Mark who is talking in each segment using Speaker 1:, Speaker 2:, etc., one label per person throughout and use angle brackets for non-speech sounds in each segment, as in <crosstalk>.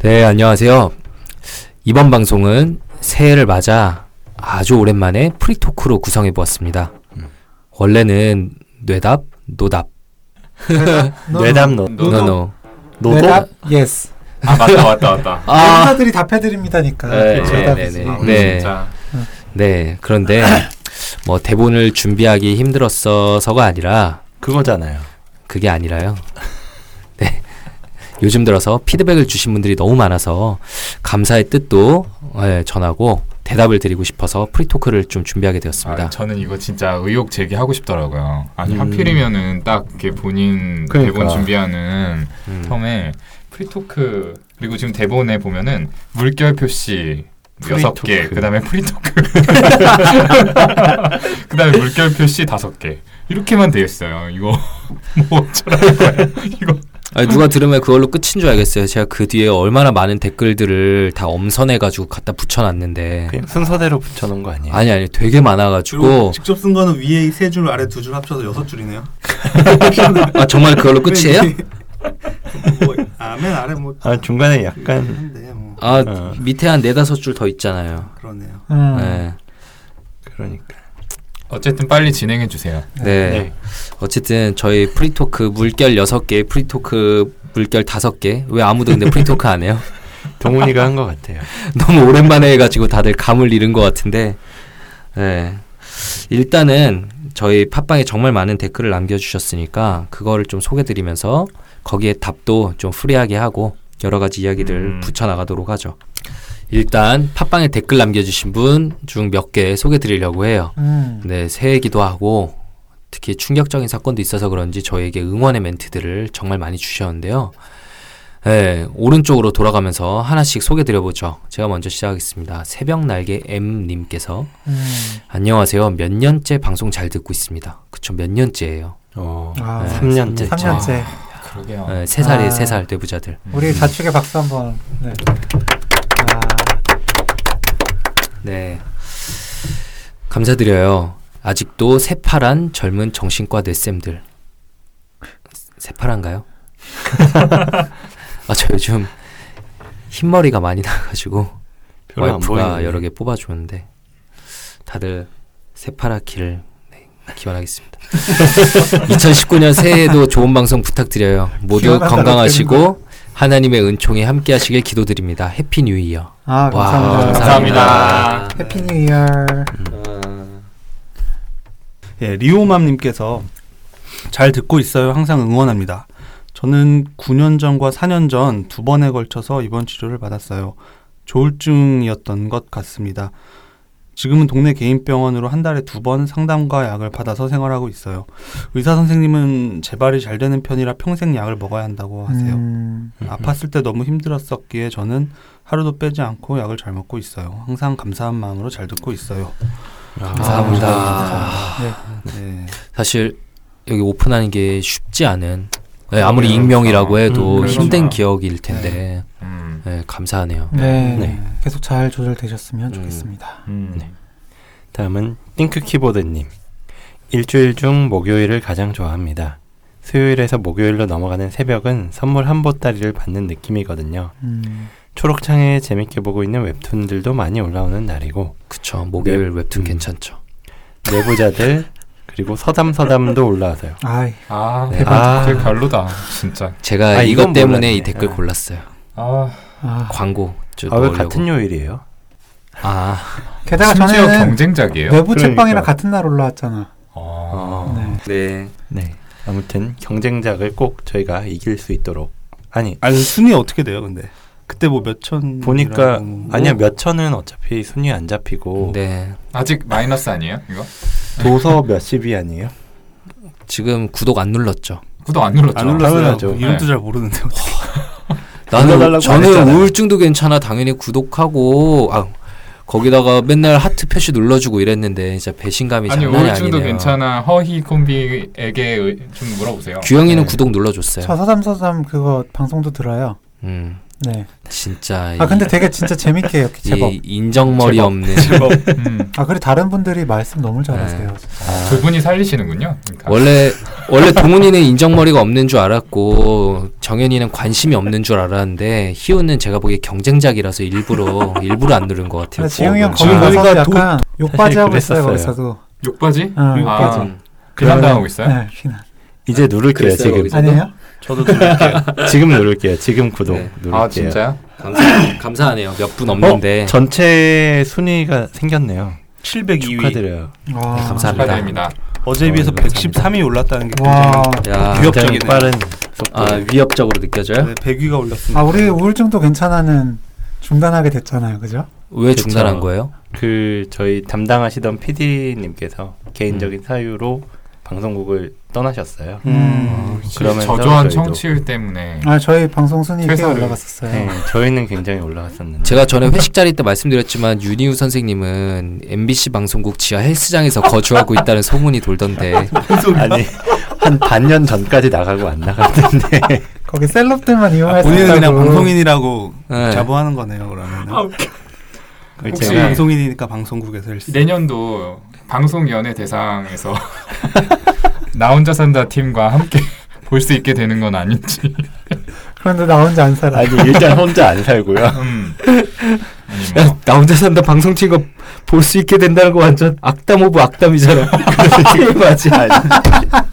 Speaker 1: 네, 안녕하세요. 이번 방송은 새해를 맞아 아주 오랜만에 프리토크로 구성해 보았습니다. 원래는 뇌답, 노답,
Speaker 2: 네.
Speaker 3: 뇌담 노.
Speaker 1: 노노.
Speaker 3: 노답?
Speaker 2: 예스.
Speaker 3: 아 맞다 맞다 맞다.
Speaker 1: 아,
Speaker 2: 회사들이 답해드립니다니까.
Speaker 1: 네,
Speaker 2: 그쵸?
Speaker 1: 네,
Speaker 2: 답이지.
Speaker 1: 네, 네.
Speaker 3: 음, 진짜.
Speaker 1: 네. 그런데 뭐 대본을 준비하기 힘들었어서가 아니라
Speaker 4: 그거잖아요.
Speaker 1: 그게 아니라요. 네. 요즘 들어서 피드백을 주신 분들이 너무 많아서 감사의 뜻도 예, 전하고 대답을 드리고 싶어서 프리토크를 좀 준비하게 되었습니다.
Speaker 3: 아, 저는 이거 진짜 의혹 제기하고 싶더라고요. 아니
Speaker 4: 음.
Speaker 3: 하필이면은 딱 이렇게 본인
Speaker 4: 그러니까.
Speaker 3: 대본 준비하는
Speaker 1: 음.
Speaker 3: 처음에 프리토크 그리고 지금 대본에 보면은 물결 표시 여섯
Speaker 4: 프리토크.
Speaker 3: 개, 그다음에 프리토크, <laughs> 그다음에 물결 표시 다섯 개 이렇게만 돼 있어요. 이거 <laughs> 뭐 어쩌라는 거야? 이거
Speaker 1: 아니, 누가 들으면 그걸로 끝인 줄 알겠어요. 제가 그 뒤에 얼마나 많은 댓글들을 다 엄선해가지고 갖다 붙여놨는데.
Speaker 4: 그냥 순서대로 붙여놓은 거 아니에요?
Speaker 1: 아니, 아니, 되게 많아가지고.
Speaker 5: 그리고 직접 쓴 거는 위에 세 줄, 아래 두 줄 합쳐서 여섯 줄이네요.
Speaker 1: 아, 정말 그걸로 끝이에요?
Speaker 5: 뭐, 아, 맨 아래 뭐
Speaker 4: 아, 중간에 약간
Speaker 5: 한데 뭐
Speaker 1: 아,
Speaker 4: 어.
Speaker 1: 밑에 한 네다섯 줄 더 있잖아요.
Speaker 5: 그러네요.
Speaker 2: 음.
Speaker 1: 네.
Speaker 4: 그러니까.
Speaker 3: 어쨌든 빨리 진행해 주세요.
Speaker 1: 네.
Speaker 4: 네.
Speaker 1: 어쨌든 저희 프리토크 물결 6개, 프리토크 물결 5개. 왜 아무도 근데 프리토크 안 해요?
Speaker 4: 동훈이가 한 것 같아요.
Speaker 1: <laughs> 너무 오랜만에 해가지고 다들 감을 잃은 것 같은데. 네. 일단은 저희 팟빵에 정말 많은 댓글을 남겨주셨으니까 그거를 좀 소개드리면서 거기에 답도 좀 프리하게 하고 여러 가지 이야기를
Speaker 3: 음.
Speaker 1: 붙여나가도록 하죠. 일단 팟빵에 댓글 남겨주신 분 중 몇 개 소개드리려고 해요.
Speaker 2: 음.
Speaker 1: 네, 새해이기도 하고 특히 충격적인 사건도 있어서 그런지 저에게 응원의 멘트들을 정말 많이 주셨는데요. 네, 오른쪽으로 돌아가면서 하나씩 소개드려보죠. 제가 먼저 시작하겠습니다. 새벽날개 M님께서
Speaker 2: 음.
Speaker 1: 안녕하세요. 몇 년째 방송 잘 듣고 있습니다. 그쵸, 몇 년째예요.
Speaker 4: 어.
Speaker 2: 아,
Speaker 1: 네.
Speaker 4: 삼 3년째.
Speaker 1: 삼
Speaker 2: 3년째.
Speaker 3: 그러게요.
Speaker 1: 네, 세 살이에요,
Speaker 2: 아.
Speaker 1: 세 살 대부자들.
Speaker 2: 우리 좌측에 박수 한번. 네. 아,
Speaker 1: 네. 감사드려요. 아직도 새파란 젊은 정신과 뇌쌤들. 새파란가요? <laughs> 아, 저 요즘 흰머리가 많이 나가지고
Speaker 4: 별로 안
Speaker 1: 와이프가
Speaker 4: 보이네.
Speaker 1: 여러 개 뽑아주는데 다들 새파랗기를 네, 기원하겠습니다. <laughs> 2019년 새해에도 좋은 방송 부탁드려요. 모두
Speaker 2: 기원한다고
Speaker 1: 건강하시고 하나님의 은총에 함께하시길 기도드립니다. 해피 뉴 이어. 와,
Speaker 2: 아 감사합니다.
Speaker 3: 감사합니다.
Speaker 2: 해피
Speaker 5: 네.
Speaker 2: 뉴 이어.
Speaker 5: 예, 리오맘님께서 잘 듣고 있어요. 항상 응원합니다. 저는 9년 전과 4년 전 두 번에 걸쳐서 입원 치료를 받았어요. 조울증이었던 것 같습니다. 지금은 동네 개인 병원으로 한 달에 두 번 상담과 약을 받아서 생활하고 있어요. 의사 선생님은 재발이 잘 되는 편이라 평생 약을 먹어야 한다고 하세요.
Speaker 2: 음.
Speaker 5: 아팠을 때 너무 힘들었었기에 저는 하루도 빼지 않고 약을 잘 먹고 있어요. 항상 감사한 마음으로 잘 듣고 있어요.
Speaker 1: 감사합니다.
Speaker 2: 네.
Speaker 5: 네.
Speaker 1: 사실 여기 오픈하는 게 쉽지 않은 네, 아무리
Speaker 3: 그래요.
Speaker 1: 익명이라고 해도
Speaker 5: 음,
Speaker 1: 힘든
Speaker 3: 그렇구나.
Speaker 1: 기억일 텐데
Speaker 3: 음.
Speaker 1: 네, 감사하네요.
Speaker 2: 네.
Speaker 4: 네.
Speaker 2: 계속 잘 조절되셨으면
Speaker 1: 음.
Speaker 2: 좋겠습니다.
Speaker 3: 음.
Speaker 4: 네. 다음은 띵크 키보드님. 일주일 중 목요일을 가장 좋아합니다. 수요일에서 목요일로 넘어가는 새벽은 선물 한 보따리를 받는 느낌이거든요.
Speaker 2: 음.
Speaker 4: 초록창에 재밌게 보고 있는 웹툰들도 많이 올라오는 날이고
Speaker 1: 그쵸 목요일 웹툰
Speaker 4: 음.
Speaker 1: 괜찮죠. <laughs>
Speaker 4: 내부자들 그리고 서담 서담도 올라와서요.
Speaker 2: 아이.
Speaker 3: 아,
Speaker 1: 네.
Speaker 4: 아.
Speaker 3: 댓글 별로다, 진짜.
Speaker 1: 제가
Speaker 4: 아,
Speaker 1: 이것
Speaker 4: 이건
Speaker 1: 때문에
Speaker 4: 몰랐네.
Speaker 1: 이 댓글
Speaker 4: 아.
Speaker 1: 골랐어요.
Speaker 3: 아,
Speaker 2: 아.
Speaker 1: 광고 좀
Speaker 4: 아 왜
Speaker 1: 그 넣으려고.
Speaker 4: 같은 요일이에요?
Speaker 1: 아,
Speaker 2: 게다가
Speaker 3: 심지어
Speaker 2: 저는 네.
Speaker 3: 경쟁작이에요.
Speaker 2: 외부 책방이랑
Speaker 4: 그러니까.
Speaker 2: 같은 날 올라왔잖아.
Speaker 3: 아,
Speaker 2: 네.
Speaker 1: 네.
Speaker 4: 어. 네. 아무튼 경쟁작을 꼭 저희가 이길 수 있도록 아니
Speaker 5: 아니 순위 어떻게 돼요, 근데? 그때 뭐 몇천
Speaker 4: 보니까 아니야 몇 천은 어차피 순위 안 잡히고
Speaker 1: 네.
Speaker 3: 아직 마이너스 아니에요? 이거
Speaker 4: 도서 몇십이 아니에요?
Speaker 1: 지금 구독 안 눌렀죠.
Speaker 3: 구독 안 눌렀죠?
Speaker 5: 안 올랐어요.
Speaker 4: 당연하죠.
Speaker 5: 이름도
Speaker 3: 네.
Speaker 5: 잘 모르는데. <laughs> 어떻게.
Speaker 1: 나는
Speaker 4: 눌러달라고 안
Speaker 1: 저는
Speaker 4: 했잖아요.
Speaker 1: 우울증도 괜찮아 당연히 구독하고 아 거기다가 맨날 하트 표시 눌러주고 이랬는데 진짜 배신감이
Speaker 3: 아니
Speaker 1: 장난이
Speaker 3: 우울증도
Speaker 1: 아니네요.
Speaker 3: 괜찮아. 허희 콤비에게 의- 좀 물어보세요.
Speaker 1: 규영이는
Speaker 4: 네.
Speaker 1: 구독 눌러줬어요.
Speaker 2: 저 서삼 서삼 그거 방송도 들어요.
Speaker 1: 음.
Speaker 2: 네.
Speaker 1: 진짜
Speaker 2: 아 근데 되게 진짜
Speaker 1: <laughs>
Speaker 2: 재밌게 이렇게
Speaker 1: 이,
Speaker 2: 제법.
Speaker 1: 이 인정머리 <laughs>
Speaker 3: 제법.
Speaker 1: 없는
Speaker 3: 제법 음,
Speaker 2: 아 그래 다른 분들이 말씀 너무 잘하세요.
Speaker 3: 두 분이 살리시는군요. 그러니까.
Speaker 1: 원래 원래 동훈이는 인정머리가 없는 줄 알았고 정현이는 관심이 없는 줄 알았는데 희우는 제가 보기에 경쟁작이라서 <laughs> 일부러 일부러 안 누른 것 같아요.
Speaker 2: 근데 지웅이 형
Speaker 4: 아,
Speaker 2: 거기 가서
Speaker 4: 저희가 도-
Speaker 2: 약간 욕받이 하고
Speaker 4: 그랬었어요.
Speaker 2: 있어요. 거기서도.
Speaker 3: 욕바지?
Speaker 2: 어, 욕받이.
Speaker 3: 아, 비난 당하고 있어요? 아,
Speaker 2: 네, 피난.
Speaker 4: 이제 누를게요
Speaker 1: 그랬어요,
Speaker 4: 지금 <laughs>
Speaker 1: 거기서.
Speaker 2: 아니에요?
Speaker 5: 저도 들을게요.
Speaker 4: 지금 누를게요 지금 구독
Speaker 1: 네.
Speaker 4: 누를게요.
Speaker 3: 아 진짜요?
Speaker 1: 감사, 감사하네요. 몇 분
Speaker 4: 어,
Speaker 1: 없는데
Speaker 4: 전체 순위가 생겼네요.
Speaker 5: 702위.
Speaker 4: 축하드려요.
Speaker 2: 와.
Speaker 1: 감사합니다.
Speaker 3: 축하드립니다.
Speaker 5: 어제에 비해서
Speaker 4: 어,
Speaker 5: 113위 올랐다는 게
Speaker 2: 와.
Speaker 5: 굉장히
Speaker 1: 야,
Speaker 5: 귀엽-
Speaker 4: 굉장히
Speaker 5: 위협적이네요.
Speaker 4: 빠른
Speaker 1: 아
Speaker 4: 속도.
Speaker 1: 위협적으로 느껴져요?
Speaker 5: 네, 100위가 올랐습니다.
Speaker 2: 아 우리 우울증도 괜찮아는 중단하게 됐잖아요, 그죠?
Speaker 1: 왜
Speaker 4: 그쵸.
Speaker 1: 중단한 거예요?
Speaker 4: 그 저희 담당하시던 PD님께서 개인적인 사유로 방송국을 떠나셨어요.
Speaker 5: 음.
Speaker 4: 그러면서
Speaker 3: 저조한
Speaker 4: 저희도-
Speaker 3: 청취율 때문에
Speaker 2: 아 저희 방송 순위 꽤
Speaker 3: 퇴사를.
Speaker 2: 올라갔었어요.
Speaker 4: 네, 저희는 굉장히 올라갔었는데 <laughs>
Speaker 1: 제가 전에 회식 자리 때 말씀드렸지만 윤희우 선생님은 MBC 방송국 지하 헬스장에서 거주하고 있다는 소문이 <laughs> 돌던데
Speaker 4: 아니 한 반년 전까지 나가고 안 나갔는데
Speaker 2: 거기 셀럽들만 이용할 수
Speaker 5: 아, 본인은
Speaker 4: 아,
Speaker 2: 있다고.
Speaker 5: 그냥 방송인이라고
Speaker 1: 네.
Speaker 5: 자부하는 거네요, 그러면.
Speaker 3: 아, 혹시-
Speaker 5: 제가 방송인이니까 방송국에서 헬스.
Speaker 3: 내년도 방송연예 대상에서 <laughs> 나 혼자 산다 팀과 함께 <laughs> 볼 수 있게 되는 건 아닌지.
Speaker 2: 그런데 나 혼자 안 살아.
Speaker 4: 아니 일단 혼자 안 살고요.
Speaker 3: 음. 아니 뭐.
Speaker 1: 야, <laughs> 나 혼자 산다 방송 튀거 볼수 있게 된다는 거 완전 악담 오브
Speaker 4: <laughs>
Speaker 1: 악담이잖아. 맞지?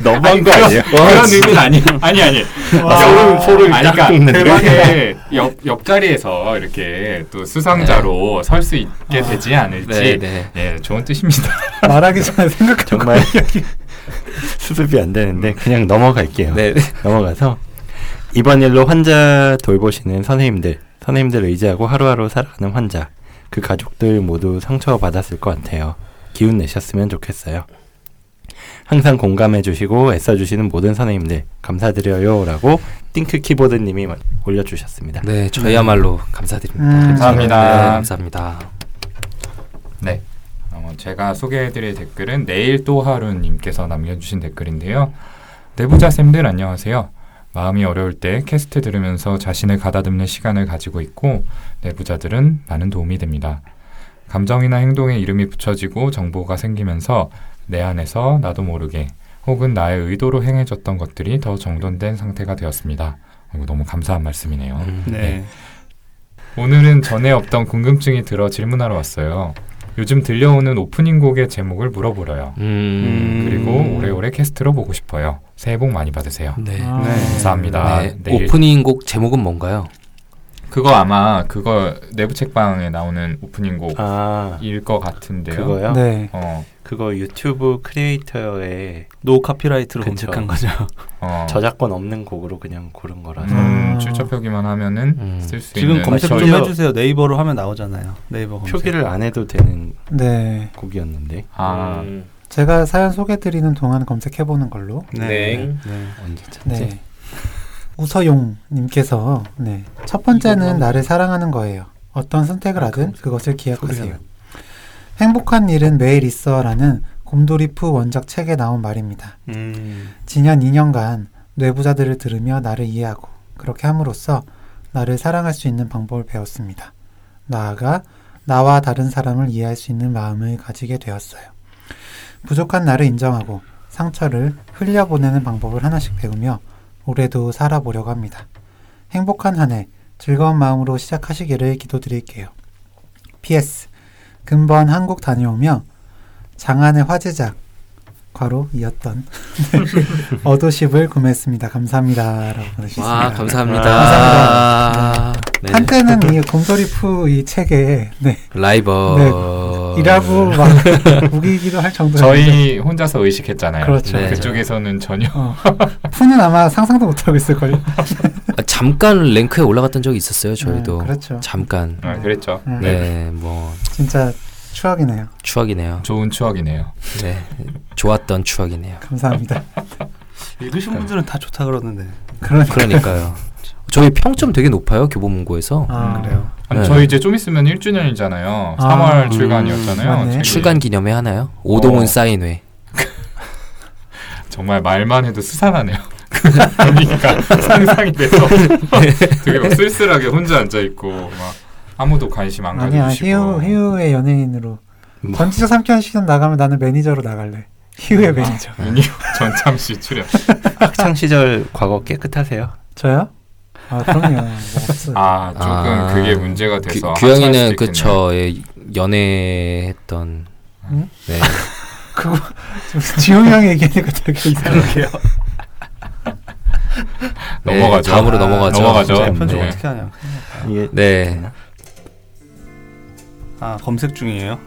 Speaker 4: 너무한 거 아니에요?
Speaker 3: 그런 의미는 <laughs> 아니 아니 아니
Speaker 4: 소름 소름
Speaker 3: 아니
Speaker 4: 딱
Speaker 3: 그러니까
Speaker 4: 돋는데.
Speaker 3: 대박의 옆 옆자리에서 이렇게 또 수상자로 설 수 있게 되지 않을지
Speaker 1: 네, 네.
Speaker 3: 예 좋은 뜻입니다
Speaker 2: 말하기 전에 생각하고.
Speaker 4: 정말
Speaker 1: <laughs>
Speaker 4: 수습이 안 되는데 그냥 넘어갈게요.
Speaker 1: 네.
Speaker 4: 넘어가서 이번 일로 환자 돌보시는 선생님들, 선생님들 의지하고 하루하루 살아가는 환자, 그 가족들 모두 상처받았을 것 같아요. 기운 내셨으면 좋겠어요. 항상 공감해 주시고 애써 주시는 모든 선생님들 감사드려요라고 띵크 키보드님이 올려 주셨습니다.
Speaker 1: 네, 저희야말로 감사드립니다.
Speaker 2: 음.
Speaker 1: 네,
Speaker 3: 감사합니다
Speaker 1: 감사합니다.
Speaker 3: 네 어, 제가 소개해드릴 댓글은 내일 또 하루님께서 남겨주신 댓글인데요 내부자 쌤들 안녕하세요 마음이 어려울 때 캐스트 들으면서 자신을 가다듬는 시간을 가지고 있고 내부자들은 많은 도움이 됩니다 감정이나 행동에 이름이 붙여지고 정보가 생기면서 내 안에서 나도 모르게 혹은 나의 의도로 행해졌던 것들이 더 정돈된 상태가 되었습니다. 이거 너무 감사한 말씀이네요.
Speaker 1: 음.
Speaker 5: 네.
Speaker 3: 오늘은 전에 없던 궁금증이 들어 질문하러 왔어요. 요즘 들려오는 오프닝 곡의 제목을 물어보려요.
Speaker 1: 음.
Speaker 3: 그리고 오래오래 캐스트로 보고 싶어요. 새해 복 많이 받으세요.
Speaker 1: 네.
Speaker 2: 아.
Speaker 5: 네.
Speaker 3: 감사합니다.
Speaker 1: 네.
Speaker 3: 내일
Speaker 1: 오프닝 곡 제목은 뭔가요?
Speaker 3: 그거 아마 그거 내부 책방에 나오는 오프닝
Speaker 4: 아,
Speaker 3: 곡일 것 같은데요.
Speaker 4: 그거요?
Speaker 2: 네.
Speaker 3: 어,
Speaker 4: 그거 유튜브 크리에이터의
Speaker 5: 노 카피라이트로
Speaker 4: 그쵸.
Speaker 5: 검색한 거죠.
Speaker 3: 어.
Speaker 4: 저작권 없는 곡으로 그냥 고른 거라서
Speaker 3: 음,
Speaker 2: 아.
Speaker 3: 출처표기만 하면은
Speaker 1: 음.
Speaker 3: 쓸 수 있는
Speaker 5: 지금 검색 좀
Speaker 4: 아, 저희요.
Speaker 5: 해주세요. 네이버로 하면 나오잖아요. 네이버 검색.
Speaker 4: 표기를 안 해도 되는
Speaker 2: 네.
Speaker 4: 곡이었는데
Speaker 3: 아,
Speaker 1: 음.
Speaker 2: 제가 사연 소개드리는 동안 검색해보는 걸로.
Speaker 1: 네.
Speaker 5: 네.
Speaker 4: 언제 찾지?
Speaker 2: 네. 우서용님께서 네. 첫 번째는 나를 사랑하는 거예요. 어떤 선택을 하든 아, 그것을
Speaker 5: 네.
Speaker 2: 기억하세요. 행복한 일은 매일 있어라는 곰돌이프 원작 책에 나온 말입니다.
Speaker 5: 음.
Speaker 2: 지난 2년간 뇌부자들을 들으며 나를 이해하고 그렇게 함으로써 나를 사랑할 수 있는 방법을 배웠습니다. 나아가 나와 다른 사람을 이해할 수 있는 마음을 가지게 되었어요. 부족한 나를 인정하고 상처를 흘려보내는 방법을 하나씩 배우며 올해도 살아보려고 합니다. 행복한 한 해 즐거운 마음으로 시작하시기를 기도드릴게요. PS 금번 한국 다녀오며 장안의 화제작 과로 이었던 <laughs> 네, 어도십을 구매했습니다. 감사합니다라고 보내주셨습니다.
Speaker 1: 와, 감사합니다.
Speaker 2: 감사합니다.
Speaker 1: 네.
Speaker 2: 한때는 이 곰돌이프 이 책에 네,
Speaker 1: 라이벌
Speaker 2: 일하고
Speaker 1: 네.
Speaker 2: 막 <laughs> 우기기도 할 정도로
Speaker 3: 저희 혼자서 의식했잖아요.
Speaker 2: 그렇죠.
Speaker 1: 네.
Speaker 3: 그쪽에서는 전혀
Speaker 2: 어, 푸는 아마 상상도 못하고 있을 걸요.
Speaker 1: 아, 잠깐 랭크에 올라갔던 적이 있었어요. 저희도
Speaker 2: 음, 그렇죠.
Speaker 1: 잠깐.
Speaker 3: 아, 그랬죠.
Speaker 2: 음.
Speaker 3: 네.
Speaker 1: 네, 뭐
Speaker 2: 진짜 추억이네요.
Speaker 1: 추억이네요.
Speaker 3: 좋은 추억이네요.
Speaker 1: 네, 좋았던 추억이네요.
Speaker 2: 감사합니다.
Speaker 5: 읽으신 분들은 다 좋다 그러는데.
Speaker 2: 그러니까 <laughs>
Speaker 1: 그러니까요. 저희 평점 되게 높아요 교보문고에서
Speaker 2: 아,
Speaker 5: 그래요.
Speaker 3: 아니,
Speaker 1: 네.
Speaker 3: 저희 이제 좀 있으면 1주년이잖아요.
Speaker 2: 아,
Speaker 3: 3월
Speaker 4: 음,
Speaker 3: 출간이었잖아요.
Speaker 2: 맞네.
Speaker 3: 책이.
Speaker 1: 출간 기념회 하나요? 오동훈
Speaker 3: 어.
Speaker 1: 사인회.
Speaker 3: 정말 말만 해도 수상하네요. <laughs> 그러니까 상상이 돼서
Speaker 1: 네.
Speaker 3: 되게 막 쓸쓸하게 혼자 앉아 있고 막 아무도 관심 안
Speaker 2: 아니야
Speaker 3: 가져주시고.
Speaker 2: 희우 희우의 연예인으로
Speaker 4: 뭐.
Speaker 2: 전지적 삼키한 시즌 나가면 나는 매니저로 나갈래.
Speaker 3: 아.
Speaker 2: 희우의 매니저.
Speaker 3: 윤희 <laughs> 전참 씨 출연.
Speaker 4: 학창 시절 과거 깨끗하세요?
Speaker 2: 저요? 아 그럼요. 뭐 없어요.
Speaker 3: 아 조금
Speaker 1: 아,
Speaker 3: 그게 문제가
Speaker 1: 규,
Speaker 3: 돼서 하차할 수도
Speaker 1: 규영이는
Speaker 3: 있겠네요.
Speaker 1: 그쵸 예, 연애했던
Speaker 2: 응?
Speaker 1: 네.
Speaker 2: 그거 지금 지용이 형이 얘기하니까 되게 이상해요.
Speaker 1: 네,
Speaker 3: 넘어가죠.
Speaker 1: 다음으로
Speaker 3: 아,
Speaker 1: 넘어가죠.
Speaker 3: 넘어가죠.
Speaker 5: 진짜
Speaker 1: 네.
Speaker 5: 편집
Speaker 3: 네.
Speaker 5: 어떻게 하냐.
Speaker 4: 이게
Speaker 1: 네.
Speaker 5: 아 검색 중이에요.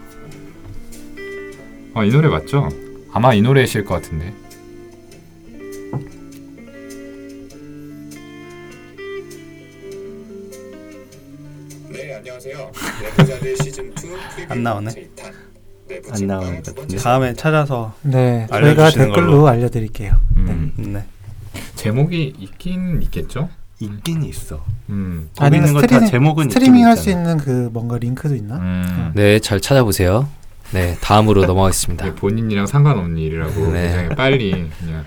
Speaker 3: 어, 이 노래 맞죠? 아마 이 노래이실 것 같은데.
Speaker 6: 네 안녕하세요. 내부자들 시즌 2 프리뷰
Speaker 5: 안 나오네.
Speaker 6: 제2탄. 내부
Speaker 4: 안
Speaker 6: 집
Speaker 4: 나오는
Speaker 6: 방
Speaker 4: 것
Speaker 6: 두 번째
Speaker 4: 같은데.
Speaker 5: 다음에 찾아서
Speaker 2: 네,
Speaker 5: 알려주시는
Speaker 2: 저희가 댓글로
Speaker 5: 걸로.
Speaker 2: 알려드릴게요.
Speaker 3: 음,
Speaker 5: 네.
Speaker 3: 제목이 있긴 있겠죠.
Speaker 4: 있긴 있어.
Speaker 3: 음.
Speaker 4: 거기
Speaker 2: 아니면
Speaker 4: 있는 거다
Speaker 2: 스트리밍-
Speaker 4: 제목은
Speaker 2: 스트리밍
Speaker 4: 있긴
Speaker 2: 할 수
Speaker 4: 있잖아.
Speaker 2: 있는 그 뭔가 링크도 있나?
Speaker 3: 음.
Speaker 1: 네, 잘 찾아보세요. 네, 다음으로 넘어가겠습니다.
Speaker 3: 이게 네, 본인이랑 상관없는 일이라고
Speaker 1: 네.
Speaker 3: 굉장히 빨리 그냥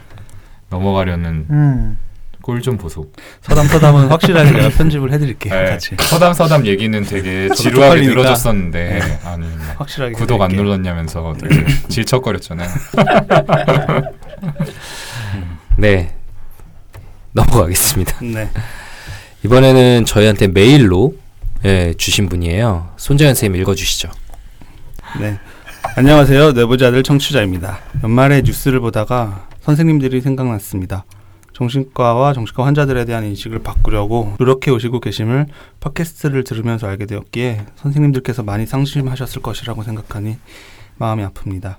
Speaker 3: 넘어가려는
Speaker 2: 음,
Speaker 3: 꼴 좀 보소.
Speaker 5: 서담 서담은 확실하게 내가 편집을 해드릴게요.
Speaker 3: 네.
Speaker 5: 같이
Speaker 3: 서담 서담 얘기는 되게
Speaker 5: 저도
Speaker 3: 지루하게
Speaker 5: 쪽팔리니까. 네.
Speaker 3: 늘어졌었는데 아니
Speaker 5: 확실하게
Speaker 3: 구독 안
Speaker 5: 해드릴게요.
Speaker 3: 눌렀냐면서 되게 질척거렸잖아요.
Speaker 1: 네. 넘어가겠습니다.
Speaker 5: 네.
Speaker 1: 이번에는 저희한테 메일로 예, 주신 분이에요. 손재현 선생님 읽어 주시죠.
Speaker 5: 네. 안녕하세요. 내부자들 청취자입니다. 연말에 뉴스를 보다가 선생님들이 생각났습니다. 정신과와 정신과 환자들에 대한 인식을 바꾸려고 노력해 오시고 계심을 팟캐스트를 들으면서 알게 되었기에 선생님들께서 많이 상심하셨을 것이라고 생각하니 마음이 아픕니다.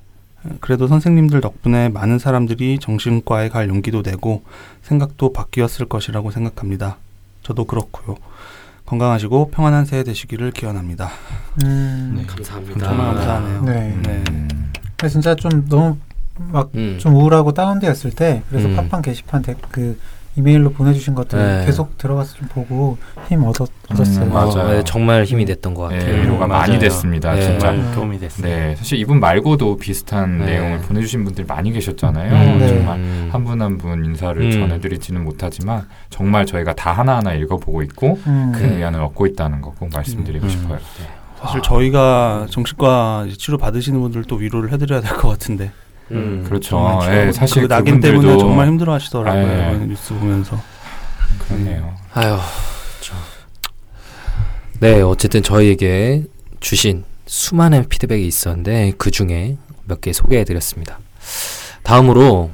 Speaker 5: 그래도 선생님들 덕분에 많은 사람들이 정신과에 갈 용기도 내고 생각도 바뀌었을 것이라고 생각합니다. 저도 그렇고요. 건강하시고 평안한 새해 되시기를 기원합니다.
Speaker 3: 네.
Speaker 2: 음.
Speaker 1: 감사합니다.
Speaker 5: 정말 감사하네요.
Speaker 2: 네.
Speaker 5: 네.
Speaker 3: 음.
Speaker 2: 근데 진짜 좀 너무 막 좀
Speaker 1: 음.
Speaker 2: 우울하고 다운되었을 때 그래서
Speaker 1: 음.
Speaker 2: 팟빵 게시판 댓- 그 이메일로 보내주신 것들
Speaker 1: 네.
Speaker 2: 을 계속 들어가서 좀 보고 힘 얻었, 얻었어요.
Speaker 3: 음, 맞아요.
Speaker 1: 어, 네, 정말 힘이 됐던 것
Speaker 3: 네,
Speaker 1: 같아요. 음.
Speaker 3: 위로가 많이
Speaker 4: 맞아요.
Speaker 3: 됐습니다.
Speaker 1: 네.
Speaker 3: 진짜.
Speaker 4: 정말 도움이 됐어요.
Speaker 3: 네, 사실 이분 말고도 비슷한
Speaker 1: 네.
Speaker 3: 내용을 보내주신 분들 많이 계셨잖아요.
Speaker 1: 음,
Speaker 2: 네.
Speaker 3: 정말
Speaker 1: 음.
Speaker 3: 한 분 한 분 인사를
Speaker 1: 음.
Speaker 3: 전해드리지는 못하지만 정말 저희가 다 하나하나 읽어보고 있고
Speaker 2: 음.
Speaker 3: 그
Speaker 1: 네.
Speaker 3: 위안을 얻고 있다는 거 꼭 말씀드리고
Speaker 4: 음.
Speaker 3: 싶어요. 네.
Speaker 5: 사실 저희가 정신과 이제 치료 받으시는 분들 또 위로를 해드려야 될 것 같은데.
Speaker 1: 음.
Speaker 3: 그렇죠.
Speaker 5: 정말
Speaker 3: 예,
Speaker 5: 그
Speaker 3: 사실
Speaker 5: 낙인
Speaker 3: 그분들도
Speaker 5: 때문에 정말 힘들어하시더라고요.
Speaker 3: 네.
Speaker 5: 이번 뉴스 보면서.
Speaker 3: 그렇네요.
Speaker 1: 아유. 저. 네, 어쨌든 저희에게 주신 수많은 피드백이 있었는데 그 중에 몇 개 소개해 드렸습니다. 다음으로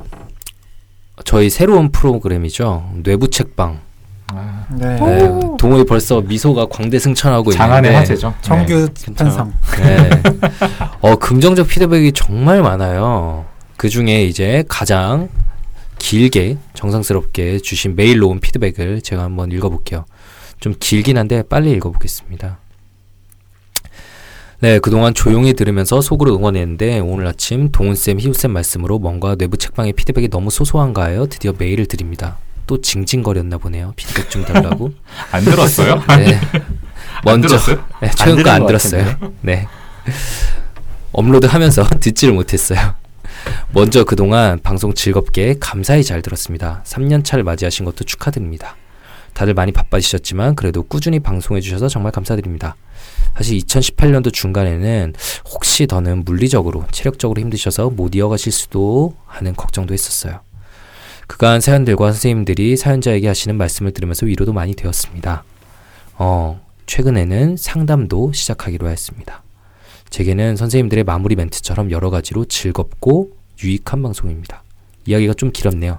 Speaker 1: 저희 새로운 프로그램이죠. 뇌부 책방.
Speaker 3: 아,
Speaker 2: 네.
Speaker 1: 네, 동호이 벌써 미소가 광대승천하고
Speaker 3: 장안의
Speaker 1: 있는데
Speaker 3: 화제죠. 아, 네.
Speaker 2: 정규 편성.
Speaker 1: 네. <laughs> 어, 긍정적 피드백이 정말 많아요. 그 중에 이제 가장 길게 정성스럽게 주신 메일로 온 피드백을 제가 한번 읽어볼게요. 좀 길긴 한데 빨리 읽어보겠습니다. 네, 그동안 조용히 들으면서 속으로 응원했는데 오늘 아침 동훈쌤, 희우쌤 말씀으로 뭔가 뇌부 책방의 피드백이 너무 소소한가요?
Speaker 3: <laughs>
Speaker 1: 드디어 메일을 드립니다. 또 징징거렸나 보네요. 피드백 좀 달라고.
Speaker 3: <laughs> 안 들었어요?
Speaker 1: 네.
Speaker 3: 안
Speaker 1: 먼저
Speaker 3: 들었어요?
Speaker 1: 네, 최근
Speaker 4: 들은
Speaker 1: 거안
Speaker 4: 것
Speaker 1: 들었어요. <laughs> 네. 업로드하면서 <laughs> 듣지를 못했어요. 먼저 그동안 방송 즐겁게 감사히 잘 들었습니다. 3년 차를 맞이하신 것도 축하드립니다. 다들 많이 바빠지셨지만 그래도 꾸준히 방송해 주셔서 정말 감사드립니다. 사실 2018년도 중간에는 혹시 더는 물리적으로 체력적으로 힘드셔서 못 이어가실 수도 하는 걱정도 했었어요. 그간 사연들과 선생님들이 사연자에게 하시는 말씀을 들으면서 위로도 많이 되었습니다. 어, 최근에는 상담도 시작하기로 했습니다. 제게는 선생님들의 마무리 멘트처럼 여러 가지로 즐겁고 유익한 방송입니다. 이야기가 좀 길었네요.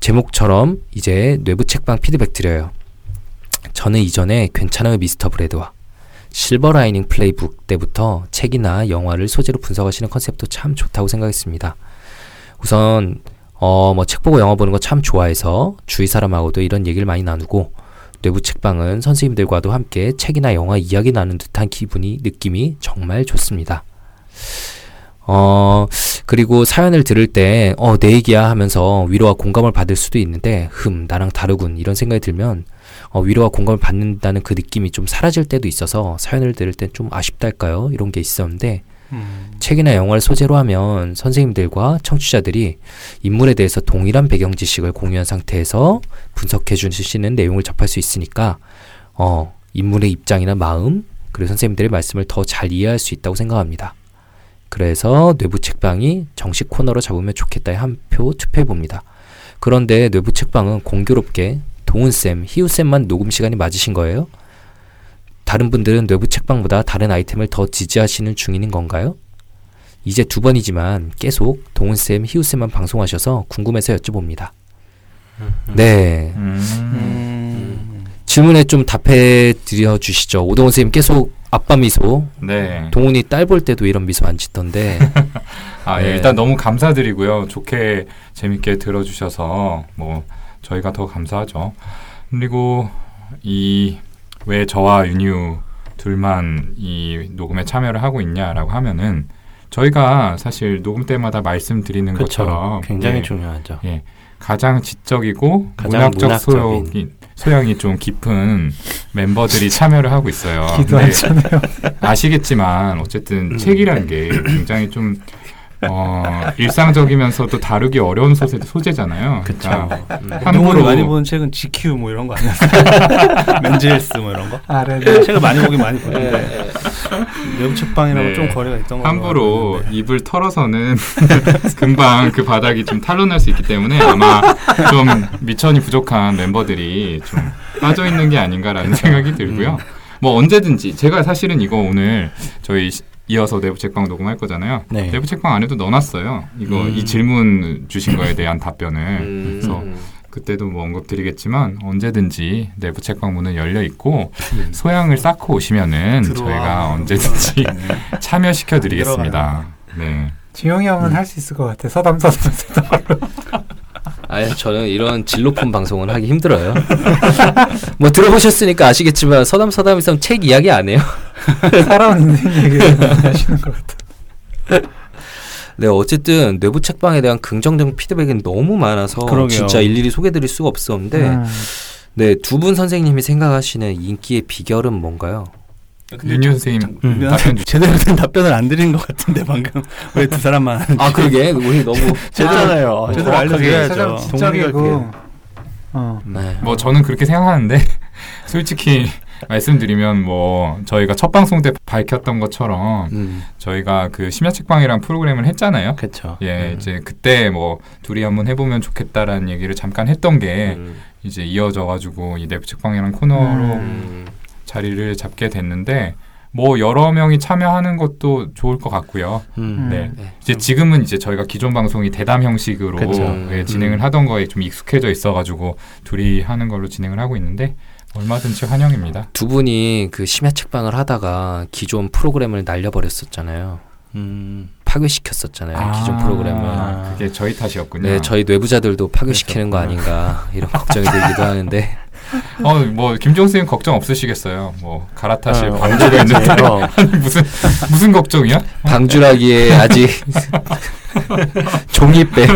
Speaker 1: 제목처럼 이제 뇌부 책방 피드백 드려요. 저는 이전에 괜찮아요 미스터 브레드와 실버 라이닝 플레이북 때부터 책이나 영화를 소재로 분석하시는 컨셉도 참 좋다고 생각했습니다. 우선 어, 뭐 책 보고 영화 보는 거 참 좋아해서 주위 사람하고도 이런 얘기를 많이 나누고 뇌부 책방은 선생님들과도 함께 책이나 영화 이야기 나눈 듯한 기분이 느낌이 정말 좋습니다. 어 그리고 사연을 들을 때어내 얘기야 하면서 위로와 공감을 받을 수도 있는데 흠 나랑 다르군 이런 생각이 들면 어, 위로와 공감을 받는다는 그 느낌이 좀 사라질 때도 있어서 사연을 들을 땐 좀 아쉽달까요 이런 게 있었는데
Speaker 5: 음.
Speaker 1: 책이나 영화를 소재로 하면 선생님들과 청취자들이 인물에 대해서 동일한 배경 지식을 공유한 상태에서 분석해 주시는 내용을 접할 수 있으니까 어, 인물의 입장이나 마음 그리고 선생님들의 말씀을 더 잘 이해할 수 있다고 생각합니다. 그래서 뇌부 책방이 정식 코너로 잡으면 좋겠다에 한 표 투표해 봅니다. 그런데 뇌부 책방은 공교롭게 동훈 쌤, 희우 쌤만 녹음 시간이 맞으신 거예요? 다른 분들은 뇌부 책방보다 다른 아이템을 더 지지하시는 중인 건가요? 이제 두 번이지만 계속 동훈 쌤, 희우 쌤만 방송하셔서 궁금해서 여쭤봅니다. 네,
Speaker 3: 음.
Speaker 5: 음.
Speaker 1: 질문에 좀 답해 드려 주시죠. 오동훈 쌤 계속 아빠 미소,
Speaker 3: 네.
Speaker 1: 동훈이 딸 볼 때도 이런 미소 안 짓던데.
Speaker 3: 아, 예,
Speaker 1: 네.
Speaker 3: 일단 너무 감사드리고요. 좋게 재밌게 들어주셔서 뭐 저희가 더 감사하죠. 그리고 이 왜 저와 윤유 둘만 이 녹음에 참여를 하고 있냐라고 하면은 저희가 사실 녹음 때마다 말씀드리는
Speaker 4: 그렇죠.
Speaker 3: 것처럼
Speaker 4: 굉장히
Speaker 3: 예,
Speaker 4: 중요하죠.
Speaker 3: 가장 지적이고
Speaker 4: 가장
Speaker 3: 문학적
Speaker 4: 문학적인.
Speaker 3: 소양이 소양이 좀 깊은 멤버들이 참여를 하고 있어요. 네. 근데
Speaker 2: 기도하잖아요.
Speaker 3: <laughs> 아시겠지만 어쨌든 책이란 게 굉장히 좀 어, 일상적이면서도 다루기 어려운 소재, 소재잖아요.
Speaker 4: 그쵸.
Speaker 3: 그러니까
Speaker 4: 음.
Speaker 5: 운동으로
Speaker 3: 함부로-
Speaker 5: 많이 보는 책은 GQ 뭐 이런 거 아니야?
Speaker 3: <laughs>
Speaker 5: 맨즈헬스 뭐 이런 거?
Speaker 2: 아래
Speaker 3: 예.
Speaker 5: 책을 많이 보긴 많이 보는데 외부 책방이라고
Speaker 3: 네.
Speaker 5: 좀 거리가 있던 걸로 알고
Speaker 3: 함부로
Speaker 5: 있는데.
Speaker 3: 입을 털어서는 <laughs> 금방 그 바닥이 좀 탄로날 수 있기 때문에 아마 좀 미천이 부족한 멤버들이 좀 빠져 있는 게 아닌가라는
Speaker 5: 음.
Speaker 3: 생각이 들고요. 뭐 언제든지 제가 사실은 이거 오늘 저희 시- 이어서 내부 책방 녹음할 거잖아요.
Speaker 4: 네.
Speaker 3: 내부 책방 안에도 넣어놨어요. 이거
Speaker 4: 음.
Speaker 3: 이 질문 주신 거에 대한 답변을 그래서
Speaker 1: 음.
Speaker 3: 그때도 뭐 언급드리겠지만 언제든지 내부 책방 문은 열려 있고 소양을 쌓고 오시면은
Speaker 5: 네. 들어와. 네.
Speaker 3: 저희가 언제든지 <laughs> 참여시켜 드리겠습니다. 네.
Speaker 2: 지용이 형은 할 수 있을 것 같아. 서담 서담 <laughs> 서담.
Speaker 1: <laughs> 아, 저는 이런 질 높은 방송은 하기 힘들어요. <laughs> 뭐 들어보셨으니까 아시겠지만 서담 서담이 쌤책 이야기 안 해요.
Speaker 2: 살아온 인생 얘기를
Speaker 3: <laughs>
Speaker 2: 많이 하시는 것 같아.
Speaker 1: <laughs> 네, 어쨌든 내부 책방에 대한 긍정적인 피드백은 너무 많아서
Speaker 5: 그러게요.
Speaker 1: 진짜 일일이 소개드릴 수가 없었는데
Speaker 2: 음.
Speaker 1: 네, 두 분 선생님이 생각하시는 인기의 비결은 뭔가요?
Speaker 3: 윤유 선생님
Speaker 4: 음.
Speaker 3: 답변 주
Speaker 5: <laughs> 제대로 된 답변을 안 드린 것 같은데 방금 왜 두 사람만
Speaker 1: 아, 그러게. 우리 너무 아.
Speaker 4: 제대로
Speaker 5: 제대로 알려드려야죠.
Speaker 2: 가장
Speaker 4: 동물이고
Speaker 2: 지적이고
Speaker 3: 음,
Speaker 2: 어.
Speaker 1: 네.
Speaker 3: 뭐 저는 그렇게 생각하는데 <laughs> 솔직히 말씀드리면 뭐 저희가 첫 방송 때 밝혔던 것처럼
Speaker 1: 음.
Speaker 3: 저희가 그 심야 책방이랑 프로그램을 했잖아요.
Speaker 4: 그렇죠.
Speaker 3: 예,
Speaker 5: 네.
Speaker 1: 음.
Speaker 3: 이제 그때 뭐 둘이 한번 해보면 좋겠다라는 얘기를 잠깐 했던 게
Speaker 1: 음.
Speaker 3: 이제 이어져가지고 이 내부 책방이랑 코너로
Speaker 2: 음.
Speaker 1: 음.
Speaker 3: 자리를 잡게 됐는데 뭐 여러 명이 참여하는 것도 좋을 것 같고요.
Speaker 4: 음.
Speaker 3: 네.
Speaker 1: 네.
Speaker 3: 이제 지금은 이제 저희가 기존 방송이 대담 형식으로
Speaker 4: 그쵸.
Speaker 3: 예, 진행을
Speaker 1: 음.
Speaker 3: 하던 거에 좀 익숙해져 있어가지고 둘이 하는 걸로 진행을 하고 있는데 얼마든지 환영입니다.
Speaker 1: 두 분이 그 심야 책방을 하다가 기존 프로그램을 날려버렸었잖아요.
Speaker 4: 음.
Speaker 1: 파괴시켰었잖아요. 네, 기존 프로그램을.
Speaker 3: 아, 그게 저희 탓이었군요.
Speaker 1: 네, 저희 뇌부자들도 파괴시키는 거 아닌가 이런 걱정이 들기도 하는데.
Speaker 3: 어, 뭐 김종 선생님 걱정 없으시겠어요. 뭐 갈아타실
Speaker 4: 어,
Speaker 3: 방주가 있는데
Speaker 4: 어,
Speaker 3: <laughs> 무슨
Speaker 1: <laughs>
Speaker 3: 무슨 걱정이야?
Speaker 1: 네, 방주라기에 아직 <laughs> 종이배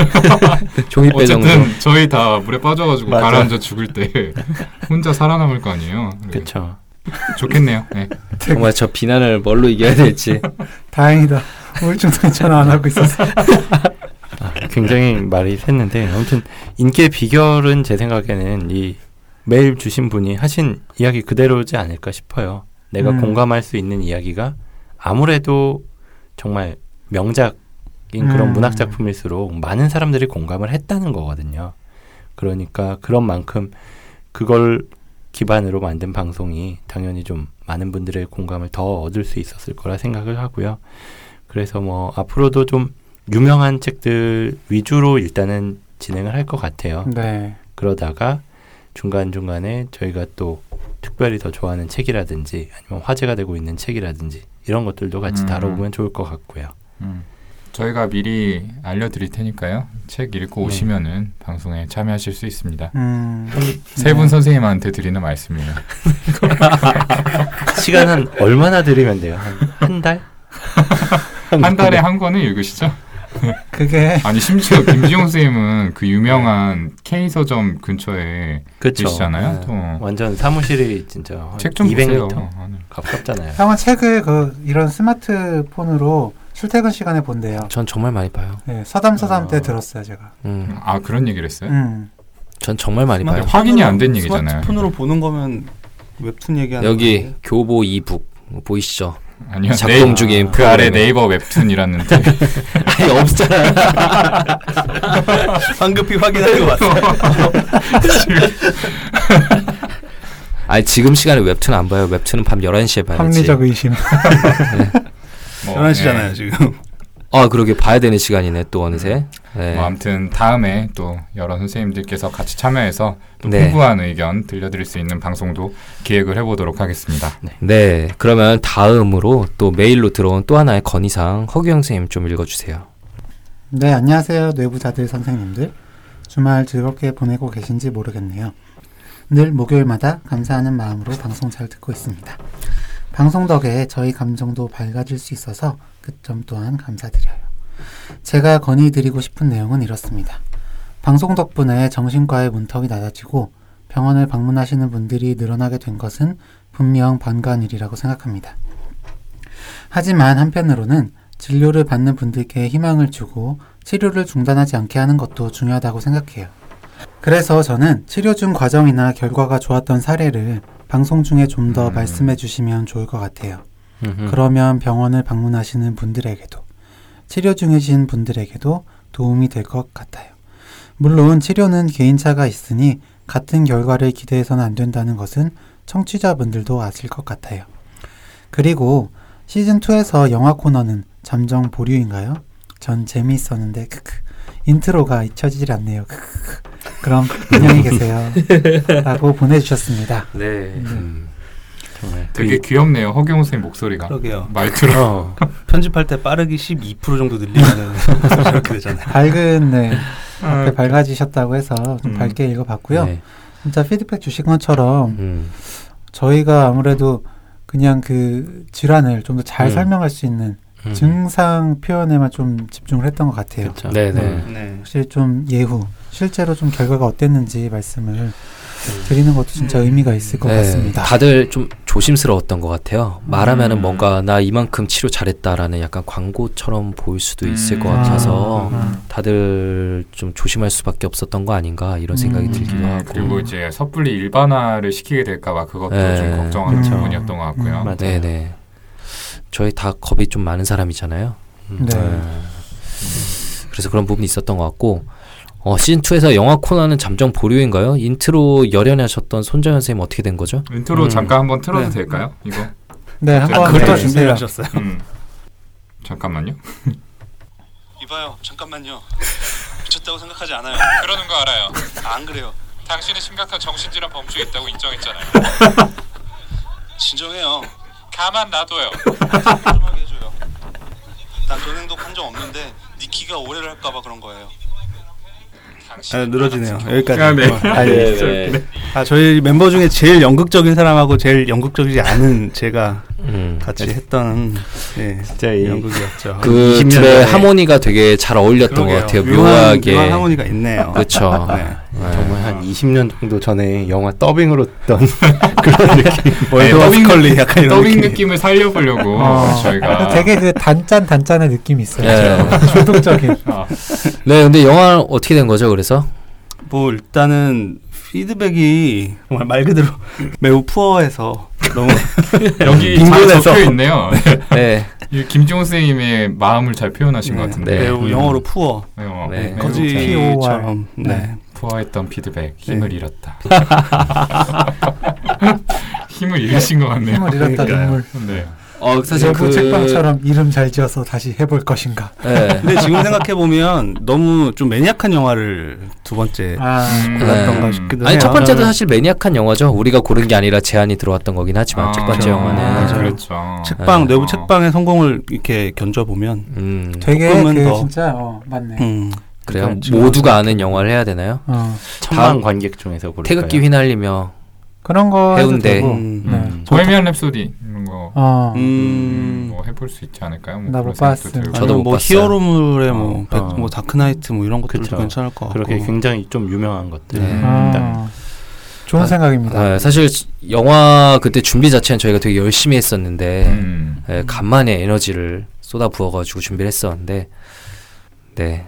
Speaker 1: 종이배 정도.
Speaker 3: 어쨌든 저희 다 물에 빠져가지고
Speaker 4: 맞아.
Speaker 3: 가라앉아 죽을
Speaker 1: <laughs>
Speaker 3: 때 혼자 살아남을 거 아니에요.
Speaker 4: <laughs> 그렇죠.
Speaker 3: 좋겠네요. 네.
Speaker 1: 정말 저 비난을 뭘로 이겨야 될지.
Speaker 2: 다행이다. 우울증 전화 안 하고 있었어.
Speaker 3: <laughs>
Speaker 4: 아, 굉장히 말이 샜는데 아무튼 인기의 비결은 제 생각에는 이 메일 주신 분이 하신 이야기 그대로지 않을까 싶어요. 내가
Speaker 2: 음.
Speaker 4: 공감할 수 있는 이야기가 아무래도 정말 명작인 그런
Speaker 2: 음.
Speaker 4: 문학 작품일수록 많은 사람들이 공감을 했다는 거거든요. 그러니까 그런 만큼 그걸 기반으로 만든 방송이 당연히 좀 많은 분들의 공감을 더 얻을 수 있었을 거라 생각을 하고요. 그래서 뭐 앞으로도 좀 유명한 책들 위주로 일단은 진행을 할 것 같아요.
Speaker 1: 음.
Speaker 2: 네.
Speaker 4: 그러다가 중간중간에 저희가 또 특별히 더 좋아하는 책이라든지 아니면 화제가 되고 있는 책이라든지 이런 것들도 같이
Speaker 3: 음.
Speaker 4: 다뤄보면 좋을 것 같고요.
Speaker 3: 음. 저희가 미리 알려드릴 테니까요. 책 읽고
Speaker 4: 네.
Speaker 3: 오시면은 방송에 참여하실 수 있습니다.
Speaker 2: 음.
Speaker 3: 세 분 선생님한테 드리는 말씀이에요.
Speaker 4: 시간 한 <laughs> 얼마나 드리면 돼요? 한, 한 달?
Speaker 3: 한 달에 한 권을 읽으시죠?
Speaker 2: 그게
Speaker 3: 아니 심지어 김지용 선생님은 그 유명한 K 서점 근처에
Speaker 4: 그쵸.
Speaker 3: 계시잖아요.
Speaker 4: 네.
Speaker 3: 또
Speaker 4: 완전 사무실이 진짜
Speaker 3: 책좀 아, 네.
Speaker 4: 200m
Speaker 3: 보세요.
Speaker 4: 가깝잖아요.
Speaker 2: 형은 책을 그 이런 스마트폰으로 출퇴근 시간에 본대요.
Speaker 1: 전 정말 많이 봐요.
Speaker 2: 네, 서담 서담
Speaker 3: 아.
Speaker 2: 때 들었어요 제가.
Speaker 1: 음,
Speaker 3: 아 그런 얘기를 했어요?
Speaker 2: 음.
Speaker 1: 전 정말 많이 봐요.
Speaker 3: 확인이 안된 얘기잖아요.
Speaker 5: 스마트폰으로 보는 거면 웹툰 얘기하는
Speaker 1: 여기 교보 이북 보이시죠?
Speaker 3: 아니요.
Speaker 1: 작동
Speaker 3: 네이-
Speaker 1: 중인
Speaker 3: 그 아래
Speaker 1: 프로그램에.
Speaker 3: 네이버 웹툰이라는 데
Speaker 1: 아니 없잖아요.
Speaker 5: 황급히 확인하는 거 같아.
Speaker 1: 아니 지금 시간에 웹툰 안 봐요. 웹툰은 밤 11시에 봐야지.
Speaker 2: 합리적 의심. <laughs>
Speaker 3: 뭐,
Speaker 5: 11시잖아요 지금.
Speaker 1: 아, 그러게 봐야 되는 시간이네 또 어느새. 네.
Speaker 3: 뭐 아무튼 다음에 또 여러 선생님들께서 같이 참여해서 또
Speaker 1: 네.
Speaker 3: 풍부한 의견 들려드릴 수 있는 방송도 기획을 해보도록 하겠습니다.
Speaker 1: 네, 그러면 다음으로 또 메일로 들어온 또 하나의 건의사항 허규영 선생님 좀 읽어주세요.
Speaker 2: 네, 안녕하세요. 뇌부자들 선생님들. 주말 즐겁게 보내고 계신지 모르겠네요. 늘 목요일마다 감사하는 마음으로 방송 잘 듣고 있습니다. 방송 덕에 저희 감정도 밝아질 수 있어서 그 점 또한 감사드려요. 제가 건의드리고 싶은 내용은 이렇습니다. 방송 덕분에 정신과의 문턱이 낮아지고 병원을 방문하시는 분들이 늘어나게 된 것은 분명 반가운 일이라고 생각합니다. 하지만 한편으로는 진료를 받는 분들께 희망을 주고 치료를 중단하지 않게 하는 것도 중요하다고 생각해요. 그래서 저는 치료 중 과정이나 결과가 좋았던 사례를 방송 중에 좀 더
Speaker 3: 음.
Speaker 2: 말씀해 주시면 좋을 것 같아요. 음. 그러면 병원을 방문하시는 분들에게도 치료 중이신 분들에게도 도움이 될 것 같아요. 물론 치료는 개인차가 있으니 같은 결과를 기대해서는 안 된다는 것은 청취자분들도 아실 것 같아요. 그리고 시즌 2에서 영화 코너는 잠정 보류인가요? 전 재미있었는데 크크 인트로가 잊혀지질 않네요. 크크 그럼 안녕히 계세요. 라고 보내주셨습니다.
Speaker 1: 네. 음.
Speaker 4: 정말
Speaker 3: 되게 귀엽네요. 허경호 선생님 목소리가
Speaker 5: 그러게요.
Speaker 3: 말투로
Speaker 4: 어,
Speaker 5: <laughs> 편집할 때 빠르기 12% 정도 늘리면 저렇게 되잖아요.
Speaker 2: 밝은 네
Speaker 5: 아,
Speaker 2: 앞에 밝아지셨다고 해서 좀
Speaker 3: 음.
Speaker 2: 밝게 읽어봤고요.
Speaker 1: 네.
Speaker 2: 진짜 피드백 주신 것처럼
Speaker 1: 음.
Speaker 2: 저희가 아무래도 그냥 그 질환을 좀 더 잘
Speaker 1: 음.
Speaker 2: 설명할 수 있는
Speaker 1: 음.
Speaker 2: 증상 표현에만 좀 집중을 했던 것 같아요.
Speaker 4: 그렇죠.
Speaker 1: 네, 네.
Speaker 4: 음.
Speaker 5: 네.
Speaker 2: 혹시 좀 예후 실제로 좀 결과가 어땠는지 말씀을 드리는 것도 진짜 의미가 있을 것
Speaker 1: 네,
Speaker 2: 같습니다.
Speaker 1: 다들 좀 조심스러웠던 것 같아요. 말하면은
Speaker 3: 음.
Speaker 1: 뭔가 나 이만큼 치료 잘했다라는 약간 광고처럼 보일 수도 있을 것
Speaker 3: 음.
Speaker 1: 같아서
Speaker 2: 아.
Speaker 1: 다들 좀 조심할 수밖에 없었던 거 아닌가 이런 생각이
Speaker 2: 음.
Speaker 1: 들기도
Speaker 3: 음,
Speaker 1: 하고.
Speaker 3: 그리고 이제 섣불리 일반화를 시키게 될까봐 그것도
Speaker 1: 네.
Speaker 3: 좀 걱정하는
Speaker 2: 그렇죠.
Speaker 3: 부분이었던 것 같고요.
Speaker 2: 음,
Speaker 4: 맞아요.
Speaker 1: 네, 네. 저희 다 겁이 좀 많은 사람이잖아요.
Speaker 2: 네.
Speaker 1: 그래서 그런 부분이 있었던 것 같고 어, 시즌 2에서 영화 코너는 잠정 보류인가요? 인트로 열연하셨던 손정현 선생님 어떻게 된 거죠?
Speaker 3: 인트로
Speaker 1: 음.
Speaker 3: 잠깐 한번 틀어도
Speaker 5: 네.
Speaker 3: 될까요? 이거
Speaker 2: 네,
Speaker 3: 아,
Speaker 2: 한번
Speaker 3: 그것도
Speaker 2: 더
Speaker 5: 그걸
Speaker 3: 네.
Speaker 5: 준비를
Speaker 2: 주세요.
Speaker 5: 하셨어요.
Speaker 3: 음. 잠깐만요.
Speaker 7: 이봐요, 잠깐만요. 미쳤다고 생각하지 않아요.
Speaker 6: 그러는 거 알아요.
Speaker 7: 안 그래요.
Speaker 6: 당신이 심각한 정신질환 범주에 있다고 인정했잖아요.
Speaker 7: 진정해요.
Speaker 6: 가만 놔둬요.
Speaker 7: 꼼꼼하게 해줘요. 난 그런 행동 한 적 없는데 니키가 오해를 할까봐 그런 거예요.
Speaker 5: 아, 늘어지네요. 여기까지.
Speaker 3: 아, 네.
Speaker 5: 어, 아, 예.
Speaker 1: 네.
Speaker 5: 아, 저희 멤버 중에 제일 연극적인 사람하고 제일 연극적이지 않은 제가
Speaker 1: 음.
Speaker 5: 같이 했던 예,
Speaker 4: 진짜 이
Speaker 5: 연극이었죠.
Speaker 1: 그 둘의
Speaker 5: 20년 전에.
Speaker 1: 하모니가 되게 잘 어울렸던
Speaker 5: 그러게요.
Speaker 1: 것 같아요.
Speaker 5: 묘한,
Speaker 1: 묘하게.
Speaker 5: 묘한 하모니가 있네요.
Speaker 1: 그렇죠.
Speaker 5: 네.
Speaker 4: 정말 한 20년 정도 전에 영화 더빙으로 듣던 <laughs> 그런 느낌. 뭐
Speaker 3: 네,
Speaker 5: 월드 오브
Speaker 3: 더빙-
Speaker 5: 스컬리 <laughs> 약간 이런
Speaker 3: 더빙
Speaker 5: 느낌.
Speaker 3: 느낌을 살려보려고
Speaker 5: 아.
Speaker 2: 어.
Speaker 3: 네, 저희가
Speaker 2: <laughs> 되게 그 단짠 단짠의 느낌이 있어요. 그렇죠?
Speaker 1: 네.
Speaker 2: 중독적인.
Speaker 3: 아,
Speaker 1: 네, 근데 영화 어떻게 된 거죠? 그래서
Speaker 5: 뭐 일단은 피드백이 정말 말 그대로 <laughs> 매우 푸어해서 너무
Speaker 3: 여기 잘
Speaker 5: 빈곤해서.
Speaker 3: 적혀
Speaker 5: <laughs>
Speaker 3: 있네요.
Speaker 1: 네,
Speaker 3: 이 김종호 선생님의 마음을 잘 표현하신 것 같은데.
Speaker 1: 네.
Speaker 5: 매우
Speaker 1: 음.
Speaker 5: 영어로 푸어
Speaker 3: 네, 어,
Speaker 1: 네,
Speaker 3: 매우 잘
Speaker 5: 거지처럼 네.
Speaker 2: 네.
Speaker 3: 부화했던 피드백 힘을 잃었다. <laughs> 힘을 잃으신 것 같네요.
Speaker 2: 힘을 잃었다
Speaker 5: 그러니까요.
Speaker 2: 눈물.
Speaker 3: 네.
Speaker 1: 어
Speaker 2: 사실 그 책방처럼 이름 잘 지어서 다시 해볼 것인가.
Speaker 1: 네.
Speaker 5: 근데 지금 생각해 보면 너무 좀 매니악한 영화를 두 번째
Speaker 2: 아,
Speaker 5: 골랐던가
Speaker 3: 음.
Speaker 5: 싶기도 해요.
Speaker 1: 아니 첫 번째도 사실 매니악한 영화죠. 우리가 고른 게 아니라 제안이 들어왔던 거긴
Speaker 3: 아,
Speaker 1: 하지만 첫 번째
Speaker 5: 그렇죠.
Speaker 1: 아, 영화는
Speaker 5: 맞아요.
Speaker 3: 그렇죠.
Speaker 5: 책방
Speaker 3: 네.
Speaker 5: 내부
Speaker 3: 어.
Speaker 5: 책방의 성공을 이렇게 견져 보면
Speaker 1: 음,
Speaker 2: 되게
Speaker 5: 조금은
Speaker 2: 그
Speaker 5: 더.
Speaker 2: 진짜 어, 맞네.
Speaker 5: 음,
Speaker 1: 그래요.
Speaker 5: 그러니까 지금
Speaker 1: 모두가 아는 영화를 해야 되나요?
Speaker 2: 어,
Speaker 4: 천만 관객 중에서 고를까요?
Speaker 1: 태극기 휘날리며
Speaker 2: 그런 거 해도
Speaker 1: 해운대.
Speaker 2: 되고.
Speaker 5: 음.
Speaker 2: 네.
Speaker 3: 음. 보헤미안 랩소디 이런 거.
Speaker 2: 어,
Speaker 5: 음.
Speaker 3: 뭐 해볼 수 있지 않을까요?
Speaker 2: 나
Speaker 3: 뭐
Speaker 2: 못
Speaker 3: 그런
Speaker 2: 봤음.
Speaker 3: 생각도 들고.
Speaker 1: 저도
Speaker 5: 아니면
Speaker 1: 못
Speaker 5: 뭐
Speaker 1: 봤어요.
Speaker 5: 히어로물의 뭐, 백-
Speaker 4: 어.
Speaker 5: 뭐 다크나이트 뭐 이런 것들도
Speaker 4: 그렇죠.
Speaker 5: 괜찮을 것 같고
Speaker 4: 그렇게 굉장히 좀 유명한 것들.
Speaker 1: 네.
Speaker 4: 일단
Speaker 2: 아, 좋은
Speaker 1: 아,
Speaker 2: 생각입니다.
Speaker 1: 아, 사실 영화 그때 준비 자체는 저희가 되게 열심히 했었는데
Speaker 3: 음.
Speaker 1: 예, 간만에 에너지를 쏟아 부어가지고 준비를 했었는데 네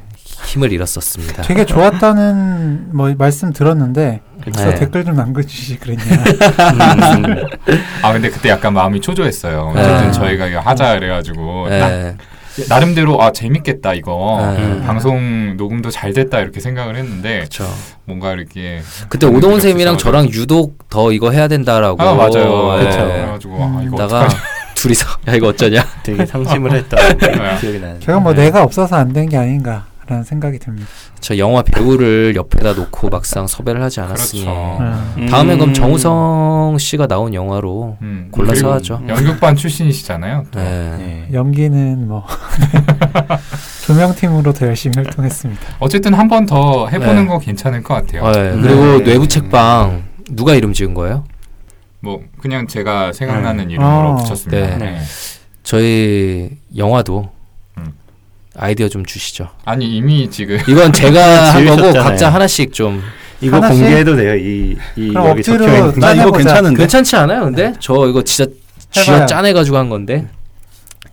Speaker 1: 힘을
Speaker 3: <laughs>
Speaker 1: 잃었었습니다.
Speaker 2: 되게 좋았다는 뭐 말씀 들었는데 그래서
Speaker 1: 네.
Speaker 2: 댓글 좀 남겨주시 그랬냐.
Speaker 4: 음,
Speaker 3: 아 근데 그때 약간 마음이 초조했어요.
Speaker 1: 네.
Speaker 3: 어쨌든 저희가 이거 하자 그래가지고 딱
Speaker 1: 네.
Speaker 3: 나름대로 아 재밌겠다 이거
Speaker 1: 네.
Speaker 3: 음, 방송 녹음도 잘 됐다 이렇게 생각을 했는데
Speaker 1: 그렇죠.
Speaker 3: 뭔가 이렇게
Speaker 1: 그때
Speaker 3: 네. 음,
Speaker 1: 오동훈 쌤이랑
Speaker 3: 그렇죠.
Speaker 1: 저랑 유독 더 이거 해야 된다라고.
Speaker 3: 아 맞아요.
Speaker 1: 예.
Speaker 3: 그쵸. 그래가지고 아 이거
Speaker 1: 다가
Speaker 3: 어떡하지?
Speaker 1: <laughs> 둘이서 야 이거 어쩌냐.
Speaker 4: 되게 상심을 했던
Speaker 5: 네.
Speaker 4: 기억이
Speaker 2: <laughs>
Speaker 4: 나는데
Speaker 2: 제가
Speaker 1: 네.
Speaker 2: 뭐 내가 없어서 안 된 게 아닌가라는 생각이 듭니다.
Speaker 1: 저 영화 배우를 옆에다 놓고 막상 섭외를 하지 않았으니.
Speaker 3: 그렇죠.
Speaker 2: 음.
Speaker 1: 다음엔 그럼 정우성 씨가 나온 영화로
Speaker 3: 음,
Speaker 1: 골라서
Speaker 3: 그리고 음.
Speaker 1: 하죠.
Speaker 3: 연극반 출신이시잖아요.
Speaker 1: 네.
Speaker 4: 네.
Speaker 2: 연기는 뭐 <laughs> 조명팀으로 더 열심히 활동했습니다.
Speaker 3: 어쨌든 한 번 더 해보는
Speaker 1: 네.
Speaker 3: 거 괜찮을 것 같아요.
Speaker 1: 네,
Speaker 2: 음.
Speaker 1: 그리고
Speaker 4: 네.
Speaker 1: 뇌부 책방 누가 이름 지은 거예요?
Speaker 3: 뭐 그냥 제가 생각나는 이름으로
Speaker 2: 아,
Speaker 3: 붙였습니다.
Speaker 1: 네.
Speaker 3: 네.
Speaker 1: 저희 영화도
Speaker 3: 음.
Speaker 1: 아이디어 좀 주시죠.
Speaker 3: 아니 이미 지금
Speaker 1: 이건
Speaker 2: <laughs>
Speaker 1: 제가 한 거고
Speaker 4: 지으셨잖아요.
Speaker 1: 각자 하나씩 좀
Speaker 4: 이거
Speaker 2: 하나씩?
Speaker 4: 공개해도 돼요 이, 이
Speaker 2: 그럼
Speaker 4: 여기
Speaker 2: 억지로
Speaker 4: 적혀있는
Speaker 5: 음. 나 이거
Speaker 2: 해보자.
Speaker 5: 괜찮은데.
Speaker 1: 괜찮지 않아요? 근데 저 이거 진짜 쥐어
Speaker 2: 네. 해봐요.
Speaker 1: 짜내 가지고 한 건데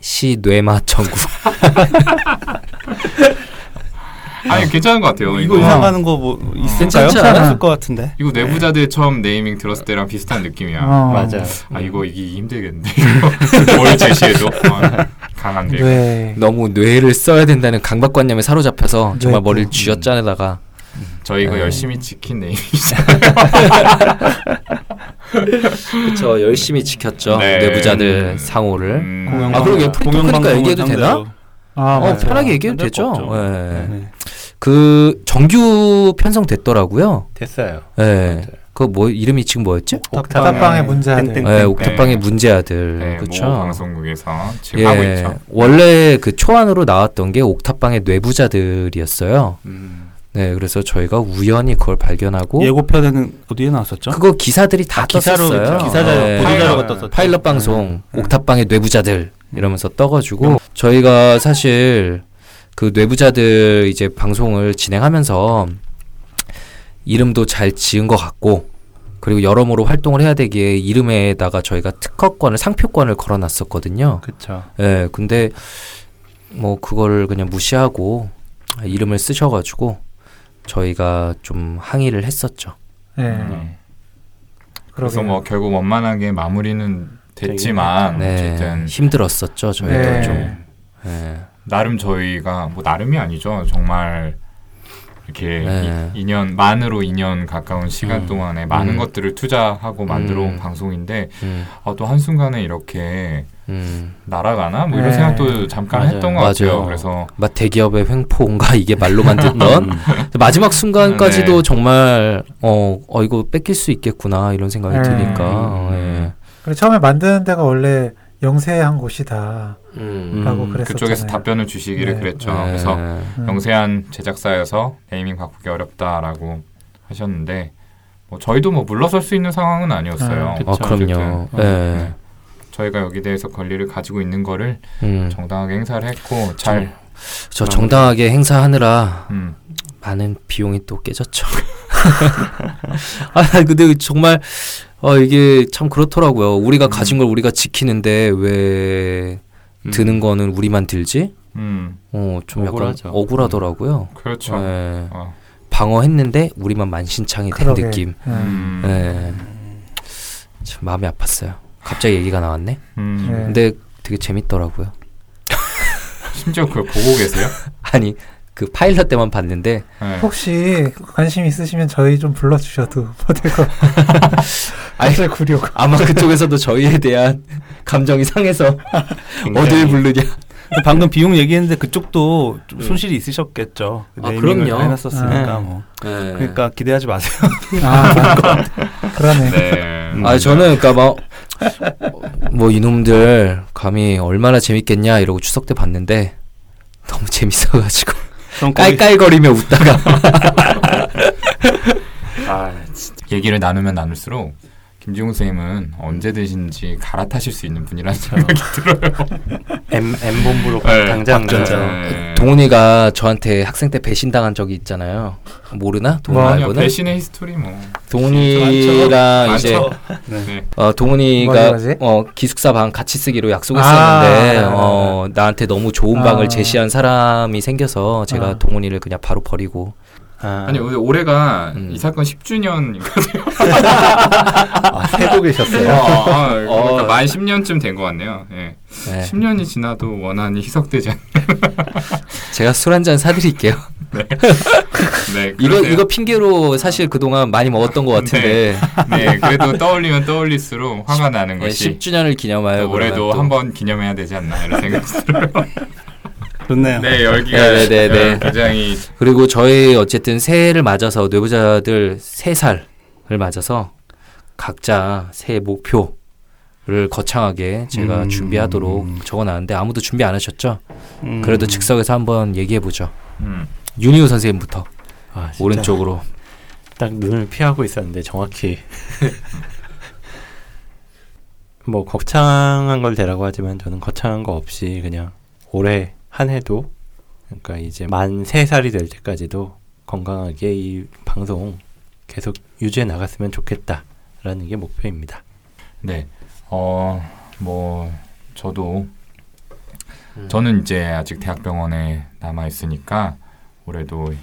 Speaker 1: 시뇌마 전국 <laughs>
Speaker 3: 아니 괜찮은 것 같아요.
Speaker 5: 이거
Speaker 3: 이거
Speaker 5: 이상하는 거 뭐 있을까요?
Speaker 1: 어. 괜찮지 않아요?
Speaker 5: 없을 것 같은데.
Speaker 1: 네.
Speaker 3: 이거 내부자들 처음 네이밍 들었을 때랑 비슷한 느낌이야.
Speaker 2: 어,
Speaker 4: 맞아
Speaker 3: 아 이거 이기 힘들겠는데 <laughs> 이거 뭘 제시해도 아, 강한데.
Speaker 2: 네.
Speaker 1: 너무 뇌를 써야 된다는 강박관념에 사로잡혀서 정말
Speaker 2: 뇌부.
Speaker 1: 머리를 쥐어 짜내다가
Speaker 3: 저희 이거
Speaker 1: 네.
Speaker 3: 열심히 지킨 네이밍이죠.
Speaker 1: 그쵸 열심히 지켰죠
Speaker 3: 네.
Speaker 1: 뇌부자들 상호를
Speaker 3: 음,
Speaker 1: 아, 그럼 예쁜 토크니까
Speaker 5: 방송을
Speaker 1: 얘기해도 되나?
Speaker 5: 상대로.
Speaker 2: 아,
Speaker 1: 어,
Speaker 2: 맞아요.
Speaker 1: 편하게 얘기해도
Speaker 5: 만들 거
Speaker 1: 되죠.
Speaker 5: 없죠.
Speaker 1: 예.
Speaker 5: 네.
Speaker 1: 그 정규 편성됐더라고요.
Speaker 4: 됐어요
Speaker 1: 예. 그 뭐 이름이 지금 뭐였지?
Speaker 2: 옥탑방의 문제아들.
Speaker 4: 땡땡.
Speaker 1: 예, 옥탑방의
Speaker 3: 네.
Speaker 1: 문제 아들.
Speaker 3: 네,
Speaker 1: 그렇죠.
Speaker 3: 모 방송국에서 지금 하고
Speaker 1: 예.
Speaker 3: 있죠.
Speaker 1: 원래 그 초안으로 나왔던 게 옥탑방의 뇌부자들이었어요.
Speaker 4: 음.
Speaker 1: 네, 그래서 저희가 우연히 그걸 발견하고
Speaker 5: 예고편에는 어디에 나왔었죠?
Speaker 1: 그거 기사들이 다
Speaker 4: 아, 기사로
Speaker 1: 떴었어요.
Speaker 4: 기사자
Speaker 1: 예.
Speaker 3: 파일럿,
Speaker 4: 보도자료가 떴었죠
Speaker 3: 네.
Speaker 1: 파일럿 방송 옥탑방의 뇌부자들 이러면서
Speaker 3: 음.
Speaker 1: 떠가지고 저희가 사실 그 뇌부자들 이제 방송을 진행하면서 이름도 잘 지은 것 같고 그리고 여러모로 활동을 해야 되기에 이름에다가 저희가 특허권을 상표권을 걸어놨었거든요.
Speaker 4: 그쵸
Speaker 1: 예, 근데 뭐 그거를 그냥 무시하고 이름을 쓰셔가지고 저희가 좀 항의를 했었죠.
Speaker 2: 네.
Speaker 1: 음.
Speaker 3: 네. 그래서
Speaker 2: 그래서
Speaker 3: 뭐 결국 원만하게 마무리는 됐지만
Speaker 1: 네,
Speaker 3: 어쨌든
Speaker 1: 힘들었었죠 저희도
Speaker 2: 네.
Speaker 1: 좀. 예.
Speaker 3: 나름 저희가 뭐 나름이 아니죠. 정말 이렇게
Speaker 1: 네.
Speaker 3: 이, 2년 만으로 2년 가까운 시간
Speaker 1: 음.
Speaker 3: 동안에 많은
Speaker 1: 음.
Speaker 3: 것들을 투자하고 만들어온
Speaker 1: 음.
Speaker 3: 방송인데
Speaker 1: 음,
Speaker 3: 아, 또한 순간에 이렇게
Speaker 1: 음.
Speaker 3: 날아가나 뭐 이런
Speaker 2: 네.
Speaker 3: 생각도 잠깐
Speaker 4: 맞아요.
Speaker 3: 했던 것
Speaker 1: 맞아요.
Speaker 3: 같아요. 그래서
Speaker 1: 막 대기업의 횡포인가 <laughs> 이게 말로만 듣던 마지막 순간까지도
Speaker 3: 네.
Speaker 1: 정말 어, 어 이거 뺏길 수 있겠구나 이런 생각이
Speaker 2: 음.
Speaker 1: 드니까 예.
Speaker 2: 그리고 처음에 만드는 데가 원래 영세한 곳이다라고
Speaker 1: 음.
Speaker 4: 음,
Speaker 2: 그랬었잖아요.
Speaker 3: 그쪽에서 답변을 주시기를
Speaker 2: 네.
Speaker 3: 그랬죠.
Speaker 1: 예.
Speaker 3: 그래서
Speaker 2: 음.
Speaker 3: 영세한 제작사여서 네이밍 바꾸기 어렵다라고 하셨는데 뭐 저희도 뭐 물러설 수 있는 상황은 아니었어요.
Speaker 2: 아,
Speaker 1: 아 그럼요
Speaker 3: 어쨌든.
Speaker 1: 예.
Speaker 3: 네. 저희가 여기에 대해서 권리를 가지고 있는 거를
Speaker 1: 음.
Speaker 3: 정당하게 행사를 했고
Speaker 1: 네.
Speaker 3: 잘
Speaker 1: 저 정당하게 행사하느라
Speaker 3: 음,
Speaker 1: 많은 비용이 또 깨졌죠 <laughs> 아 근데 정말 어 이게 참 그렇더라고요 우리가 가진 걸 우리가 지키는데 왜 드는 거는 우리만 들지
Speaker 3: 음,
Speaker 1: 어좀 약간
Speaker 4: 억울하죠.
Speaker 1: 억울하더라고요
Speaker 3: 그렇죠.
Speaker 1: 예.
Speaker 3: 어,
Speaker 1: 방어했는데 우리만 만신창이 된
Speaker 2: 그러게.
Speaker 1: 느낌.
Speaker 2: 음.
Speaker 3: 음,
Speaker 1: 예. 참 마음이 아팠어요. 갑자기 얘기가 나왔네.
Speaker 3: 음.
Speaker 2: 네.
Speaker 1: 근데 되게 재밌더라고요. <laughs>
Speaker 3: 심지어 그걸 보고 계세요?
Speaker 1: 아니 그 파일럿 때만 봤는데
Speaker 3: 네.
Speaker 2: 혹시 관심 있으시면 저희 좀 불러주셔도 <laughs> 못될것 같아요. 사실 구려.
Speaker 1: 아마 그쪽에서도 저희에 대한 <laughs> 감정이 상해서 어딜
Speaker 4: 굉장히-
Speaker 1: 부르냐.
Speaker 5: 근데 방금 비용 얘기했는데 그쪽도 좀 손실이 있으셨겠죠.
Speaker 1: 아,
Speaker 5: 음. 네이밍을
Speaker 1: 그럼요.
Speaker 5: 해놨었으니까
Speaker 4: 네.
Speaker 5: 뭐.
Speaker 1: 예.
Speaker 5: 그러니까 기대하지 마세요.
Speaker 2: 아, 그러네.
Speaker 3: 네.
Speaker 1: 아 저는 그러니까 막뭐 이놈들 감히 얼마나 재밌겠냐 이러고 추석 때 봤는데 너무 재밌어가지고
Speaker 5: <laughs> 그럼 거기
Speaker 1: 깔깔거리며 웃다가
Speaker 3: 얘기를 나누면 나눌수록 이렇게 김지훈 쌤은 언제 되신지 갈아타실 수 있는 분이라는 생각이 들어요.
Speaker 4: M M 본부로
Speaker 3: 네,
Speaker 4: 당장
Speaker 1: 진짜. 네. 동훈이가 저한테 학생 때 배신당한 적이 있잖아요. 모르나? 동훈
Speaker 3: 뭐 아니요
Speaker 1: 말고는 아,
Speaker 3: 배신의 히스토리 뭐.
Speaker 1: 동훈이랑 이제
Speaker 3: 많죠.
Speaker 5: 네.
Speaker 3: 네.
Speaker 1: 어,
Speaker 2: 뭐지,
Speaker 1: 동훈이가
Speaker 2: 뭐지?
Speaker 1: 어, 기숙사 방 같이 쓰기로
Speaker 2: 아,
Speaker 1: 약속했었는데
Speaker 2: 네, 네,
Speaker 1: 어, 나한테 너무 좋은
Speaker 2: 아.
Speaker 1: 방을 제시한 사람이 생겨서 제가
Speaker 2: 아.
Speaker 1: 동훈이를 그냥 바로 버리고
Speaker 4: 아,
Speaker 3: 아니 오늘 올해가
Speaker 1: 음.
Speaker 3: 이 사건 10주년이거든요.
Speaker 4: 아, 세고 계셨어요?
Speaker 3: 아, 그러니까
Speaker 1: 어.
Speaker 3: 만 10년쯤 된 것 같네요. 예.
Speaker 1: 네.
Speaker 3: 10년이 지나도 원한이 희석되지 않.
Speaker 1: 제가 술 한 잔
Speaker 3: <laughs>
Speaker 1: 사드릴게요.
Speaker 3: 네.
Speaker 1: 이거
Speaker 3: 그러세요.
Speaker 1: 이거 핑계로 사실 그동안 많이 먹었던 것 같은데
Speaker 3: 네. 그래도 떠올리면 떠올릴수록 화가 나는
Speaker 1: 네,
Speaker 3: 것이
Speaker 1: 10주년을 기념하여 그러면
Speaker 3: 올해도
Speaker 1: 또-
Speaker 3: 한번 기념해야 되지 않나 이런 생각이 들어요.
Speaker 5: 좋네요.
Speaker 3: 네, 열기가
Speaker 1: 네, 네, 네, 네.
Speaker 3: 굉장히
Speaker 1: 그리고 저희 어쨌든 새해를 맞아서 뇌부자들 세 살을 맞아서 각자 새해 목표를 거창하게 제가
Speaker 5: 음.
Speaker 1: 준비하도록 적어놨는데 아무도 준비 안 하셨죠?
Speaker 4: 음.
Speaker 1: 그래도 즉석에서 한번 얘기해 보죠.
Speaker 3: 음.
Speaker 1: 윤희우 선생님부터
Speaker 4: 아, 진짜
Speaker 1: 오른쪽으로
Speaker 4: 딱 눈을 피하고 있었는데 정확히 <laughs> 뭐 거창한 걸 대라고 하지만 저는 거창한 거 없이 그냥 올해 한 해도 그러니까 이제 만 세살이될 때까지도 건강하게 이 방송 계속 유지해 나갔으면 좋겠다라는 게 목표입니다.
Speaker 3: 네. 어, 뭐 저도 저는 이제 아직 대학병원에 남아 있으니까 올해도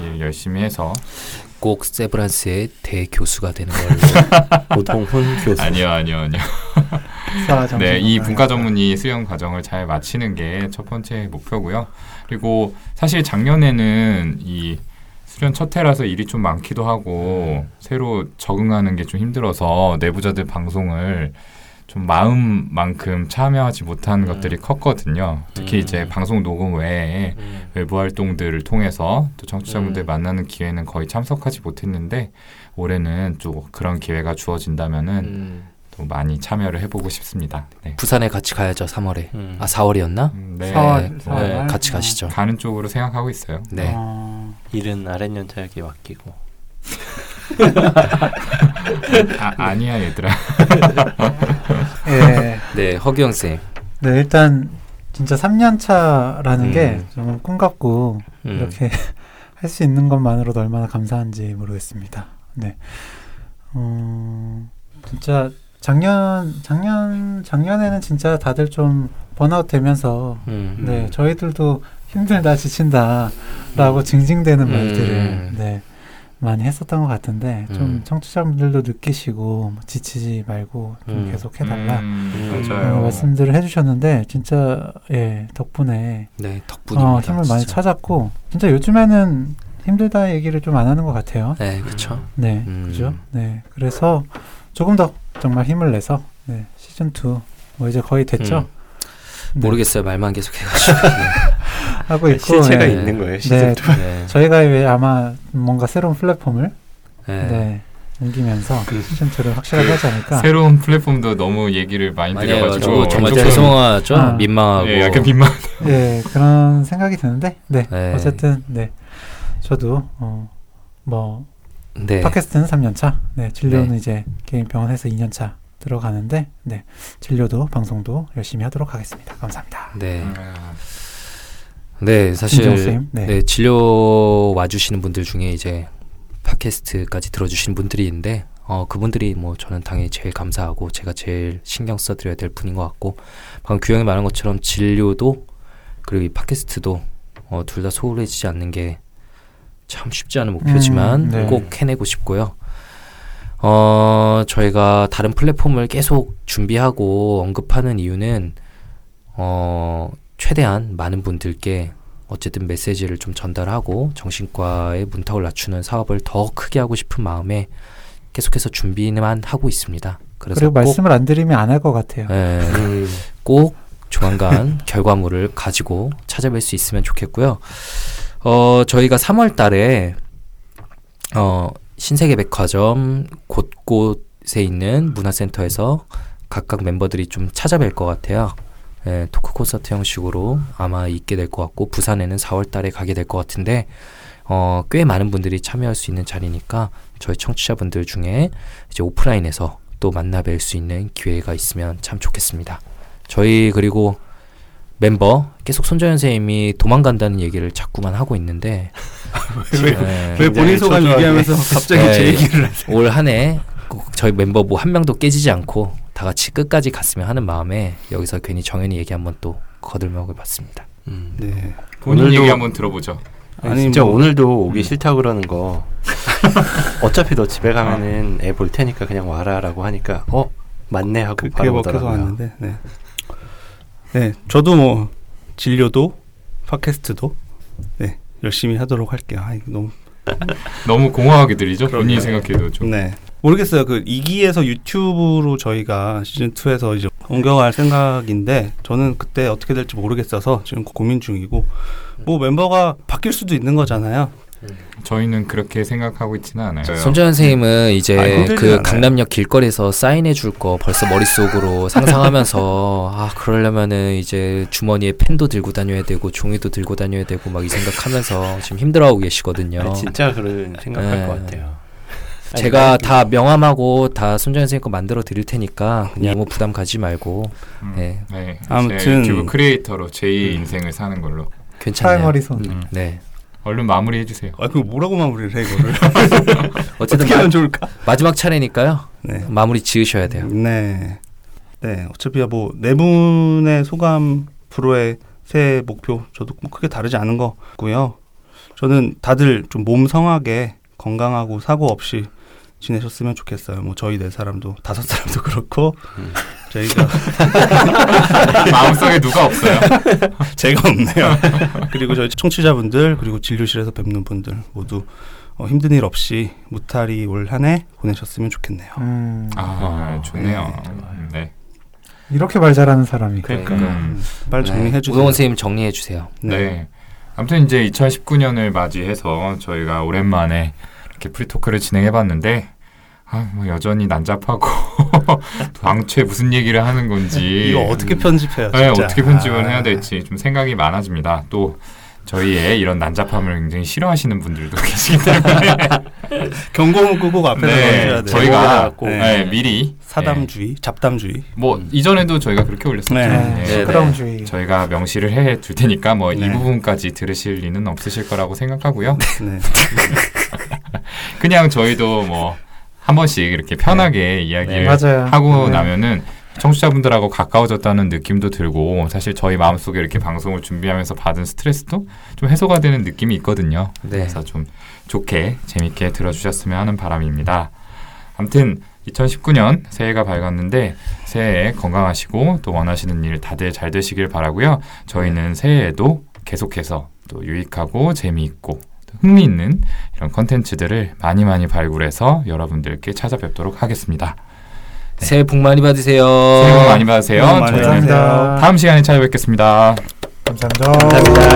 Speaker 3: 일 열심히 해서
Speaker 1: 꼭 세브란스의 대교수가 되는 걸로 <laughs>
Speaker 4: 오동훈 교수.
Speaker 3: 아니요, 아니요, 아니요. 네, 이 분과 전문의 수련 과정을 잘 마치는 게 첫 번째 목표고요. 그리고 사실 작년에는 이 수련 첫 해라서 일이 좀 많기도 하고 새로 적응하는 게 좀 힘들어서 내부자들 방송을 좀 마음만큼 참여하지 못한 것들이 컸거든요. 특히 이제 방송 녹음 외에 외부 활동들을 통해서 또 청취자분들
Speaker 1: 음.
Speaker 3: 만나는 기회는 거의 참석하지 못했는데 올해는 또 그런 기회가 주어진다면은 또 많이 참여를 해보고 싶습니다. 네.
Speaker 1: 부산에 같이 가야죠 3월에
Speaker 4: 음.
Speaker 1: 아 4월이었나?
Speaker 3: 음, 네.
Speaker 2: 사월,
Speaker 1: 네,
Speaker 2: 사월
Speaker 1: 네,
Speaker 2: 말?
Speaker 1: 같이
Speaker 2: 어.
Speaker 1: 가시죠.
Speaker 3: 가는 쪽으로 생각하고 있어요.
Speaker 1: 네.
Speaker 4: 일은 아랫연차에게 맡기고
Speaker 2: 네.
Speaker 3: 아, 아니야 얘들아.
Speaker 2: 예.
Speaker 1: 네, 허경 쌤.
Speaker 2: 네, 일단 진짜 3년 차라는
Speaker 1: 음.
Speaker 2: 게 정말 꿈 같고
Speaker 1: 음.
Speaker 2: 이렇게 <laughs> 할 수 있는 것만으로도 얼마나 감사한지 모르겠습니다. 네. 음, 진짜 작년 작년 작년에는 진짜 다들 좀 번아웃 되면서
Speaker 1: 음.
Speaker 2: 네, 저희들도 힘들다 지친다라고 징징대는
Speaker 1: 음.
Speaker 2: 말들을 네, 많이 했었던 것 같은데 좀
Speaker 1: 음.
Speaker 2: 청취자분들도 느끼시고 뭐 지치지 말고 좀
Speaker 1: 음.
Speaker 2: 계속 네, 해달라
Speaker 3: 음,
Speaker 1: 음.
Speaker 2: 어,
Speaker 3: 맞아요.
Speaker 2: 말씀들을 해주셨는데 진짜 예 덕분에
Speaker 1: 네, 덕분입니다.
Speaker 2: 어, 힘을 많이
Speaker 1: 진짜.
Speaker 2: 찾았고 진짜 요즘에는 힘들다 얘기를 좀 안 하는 것 같아요.
Speaker 1: 네, 그렇죠.
Speaker 2: 네,
Speaker 1: 음.
Speaker 2: 그죠? 네, 그래서 조금 더 정말 힘을 내서 네, 시즌 2뭐 이제 거의 됐죠? 네,
Speaker 1: 음. 모르겠어요. 말만 계속
Speaker 2: <laughs>
Speaker 1: 해가지고.
Speaker 2: 하고 있고
Speaker 4: 실체가
Speaker 2: 네.
Speaker 4: 있는 거예요.
Speaker 2: 네,
Speaker 4: 시즌 투.
Speaker 1: 네.
Speaker 2: 저희가 왜 아마 뭔가 새로운 플랫폼을
Speaker 1: 네.
Speaker 2: 네. 옮기면서 시즌 2를 확실하게 하지 않을까?
Speaker 3: 새로운 플랫폼도 너무 얘기를 많이
Speaker 1: 많이
Speaker 2: 네.
Speaker 1: 해가지고
Speaker 3: 드려가지고
Speaker 1: 정말
Speaker 3: 조금,
Speaker 1: 죄송하죠.
Speaker 2: 아.
Speaker 1: 민망하고.
Speaker 3: 예, 약간 민망.
Speaker 2: 예, 그런 생각이 드는데, 네,
Speaker 1: 네.
Speaker 2: 어쨌든 네, 저도 어, 뭐
Speaker 1: 네.
Speaker 2: 팟캐스트는 3년 차, 네, 진료는
Speaker 1: 네.
Speaker 2: 이제 개인 병원에서 2년 차 들어가는데, 네, 진료도 방송도 열심히 하도록 하겠습니다. 감사합니다.
Speaker 1: 네. 네, 사실
Speaker 2: 김지영 쌤, 네.
Speaker 1: 네, 진료 와주시는 분들 중에 이제 팟캐스트까지 들어주신 분들이 있는데 어, 그분들이 뭐 저는 당연히 제일 감사하고 제가 제일 신경 써드려야 될 분인 것 같고 방금 규영이 말한 것처럼 진료도 그리고 이 팟캐스트도 어, 둘 다 소홀해지지 않는 게 참 쉽지 않은 목표지만
Speaker 2: 음, 네.
Speaker 1: 꼭 해내고 싶고요. 어, 저희가 다른 플랫폼을 계속 준비하고 언급하는 이유는 어, 최대한 많은 분들께 어쨌든 메시지를 좀 전달하고 정신과의 문턱을 낮추는 사업을 더 크게 하고 싶은 마음에 계속해서 준비만 하고 있습니다. 그래서
Speaker 2: 그리고
Speaker 1: 꼭,
Speaker 2: 말씀을 안 드리면 안 할 것 같아요.
Speaker 1: 예,
Speaker 4: 음.
Speaker 1: 꼭
Speaker 2: <laughs>
Speaker 1: 조만간 결과물을 가지고 찾아뵐 수 있으면 좋겠고요. 어, 저희가 3월 달에 어, 신세계 백화점 곳곳에 있는 문화센터에서 각각 멤버들이 좀 찾아뵐 것 같아요. 예, 토크 콘서트 형식으로 아마 있게 될 것 같고 부산에는 4월 달에 가게 될 것 같은데 어, 꽤 많은 분들이 참여할 수 있는 자리니까 저희 청취자분들 중에 이제 오프라인에서 또 만나 뵐 수 있는 기회가 있으면 참 좋겠습니다. 저희 그리고 멤버 계속 손정현 선생님이 도망간다는 얘기를 자꾸만 하고 있는데 네.
Speaker 5: <laughs> 왜 본인 소감 얘기하면서 갑자기 제
Speaker 1: 네.
Speaker 5: 얘기를
Speaker 1: 올 한해 저희 멤버 뭐 한 명도 깨지지 않고 다 같이 끝까지 갔으면 하는 마음에 여기서 괜히 정현이 얘기 한번 또 거들먹어 봤습니다.
Speaker 4: 음.
Speaker 5: 네.
Speaker 3: 본인
Speaker 4: 오늘도-
Speaker 3: 얘기 한번 들어보죠.
Speaker 4: 아니,
Speaker 5: 아니,
Speaker 4: 진짜
Speaker 5: 뭐-
Speaker 4: 오늘도 오기
Speaker 3: 음.
Speaker 4: 싫다고
Speaker 5: <laughs>
Speaker 4: 그러는 거 어차피 너 집에 가면은 애 볼 테니까 그냥 와라라고 하니까 어 맞네 하고
Speaker 5: 어. 그게
Speaker 4: 바로
Speaker 5: 먹혀서
Speaker 4: 오더라고요.
Speaker 5: 왔는데. 네. 네, 저도 뭐 진료도 팟캐스트도 네 열심히 하도록 할게요. 아, 이거 너무
Speaker 3: 너무 공허하게 들리죠. 본인이 생각해도 좀.
Speaker 5: 네. 모르겠어요. 그 2기에서 유튜브로 저희가 시즌 2에서 이제 옮겨갈 생각인데 저는 그때 어떻게 될지 모르겠어서 지금 고민 중이고 뭐 멤버가 바뀔 수도 있는 거잖아요.
Speaker 3: 저희는 그렇게 생각하고 있지는 않아요.
Speaker 1: 손정현 선생님은 이제
Speaker 5: 아니, 힘들진
Speaker 1: 그
Speaker 5: 않아요.
Speaker 1: 강남역 길거리에서 사인해 줄 거 벌써 머릿속으로 상상하면서 아 그러려면은 이제 주머니에 펜도 들고 다녀야 되고 종이도 들고 다녀야 되고 막 이 생각하면서 지금 힘들어하고 계시거든요.
Speaker 4: 아니, 진짜 그런 생각할
Speaker 1: 네.
Speaker 4: 것 같아요. 아니,
Speaker 1: 제가
Speaker 4: 나는
Speaker 1: 다 명함하고 다 손정현 선생님 거 만들어 드릴 테니까 그냥 무 부담 가지 말고
Speaker 3: 음.
Speaker 1: 네.
Speaker 3: 네.
Speaker 5: 아무튼-
Speaker 3: 이제 유튜브 크리에이터로 제2 인생을 사는 걸로.
Speaker 1: 괜찮아요.
Speaker 2: 프라이머리손.
Speaker 3: 음.
Speaker 1: 네.
Speaker 3: 얼른 마무리해 <laughs> 주세요.
Speaker 5: 아, 그 뭐라고 마무리를 해 이거를 <laughs>
Speaker 1: 어쨌든
Speaker 5: 어떻게
Speaker 1: 마,
Speaker 5: 하면 좋을까?
Speaker 1: 마지막 차례니까요.
Speaker 5: 네.
Speaker 1: 마무리 지으셔야 돼요.
Speaker 5: 네. 네. 어차피 뭐네 분의 소감 프로의 새해 목표 저도 뭐 크게 다르지 않은 거고요. 저는 다들 좀 몸 성하게 건강하고 사고 없이 지내셨으면 좋겠어요. 뭐 저희 네 사람도 다섯 사람도 <laughs> 그렇고
Speaker 4: 음.
Speaker 5: 저희가 <laughs>
Speaker 3: 마음속에 누가 없어요.
Speaker 5: 제가 없네요. <laughs> 그리고 저희 청취자분들 그리고 진료실에서 뵙는 분들 모두 어, 힘든 일 없이 무탈히 올 한 해 보내셨으면 좋겠네요.
Speaker 2: 음,
Speaker 3: 아, 좋네요. 네.
Speaker 2: 이렇게 말 잘하는 사람이.
Speaker 1: 그러니까
Speaker 3: 음.
Speaker 5: 빨리 정리해
Speaker 1: 네.
Speaker 5: 주세요.
Speaker 1: 우동원 선생님 정리해 주세요.
Speaker 3: 네. 아무튼 이제 2019년을 맞이해서 저희가 오랜만에 이렇게 프리토크를 진행해봤는데 아, 뭐 여전히 난잡하고 <laughs> 당최 무슨 얘기를 하는 건지
Speaker 5: 이거 어떻게 편집해요?
Speaker 3: 네,
Speaker 5: 진짜?
Speaker 3: 어떻게 편집을
Speaker 5: 아.
Speaker 3: 해야 될지 좀 생각이 많아집니다. 또 저희의 이런 난잡함을 굉장히 싫어하시는 분들도 <laughs> 계시기 때문에
Speaker 5: 경고문 끄고 그 앞에서
Speaker 3: 네,
Speaker 5: 던져야 돼요.
Speaker 3: 저희가
Speaker 4: 제보가
Speaker 5: 네.
Speaker 3: 네, 미리 네,
Speaker 5: 사담주의, 잡담주의.
Speaker 3: 뭐 이전에도 저희가 그렇게 올렸었죠.
Speaker 5: 네.
Speaker 2: 네,
Speaker 3: 네.
Speaker 2: 시끄럼주의.
Speaker 3: 저희가 명시를 해둘 테니까 뭐 이
Speaker 5: 네.
Speaker 3: 부분까지 들으실 리는 없으실 거라고 생각하고요.
Speaker 5: 네.
Speaker 3: 그냥 저희도 뭐 한 번씩 이렇게 편하게 이야기를
Speaker 2: 맞아요.
Speaker 3: 하고
Speaker 2: 네.
Speaker 3: 나면은 청취자분들하고 가까워졌다는 느낌도 들고 사실 저희 마음속에 이렇게 방송을 준비하면서 받은 스트레스도 좀 해소가 되는 느낌이 있거든요.
Speaker 1: 네.
Speaker 3: 그래서 좀 좋게 재밌게 들어주셨으면 하는 바람입니다. 아무튼 2019년 새해가 밝았는데 새해 건강하시고 또 원하시는 일 다들 잘 되시길 바라고요. 저희는 새해에도 계속해서 또 유익하고 재미있고 또 흥미있는 이런 컨텐츠들을 많이 많이 발굴해서 여러분들께 찾아뵙도록 하겠습니다.
Speaker 1: 새해 복 많이 받으세요.
Speaker 3: 새해 복 네, 많이 받으세요.
Speaker 5: 너무 많이
Speaker 3: 저희는
Speaker 2: 감사합니다.
Speaker 3: 다음 시간에 찾아뵙겠습니다.
Speaker 2: 감사합니다.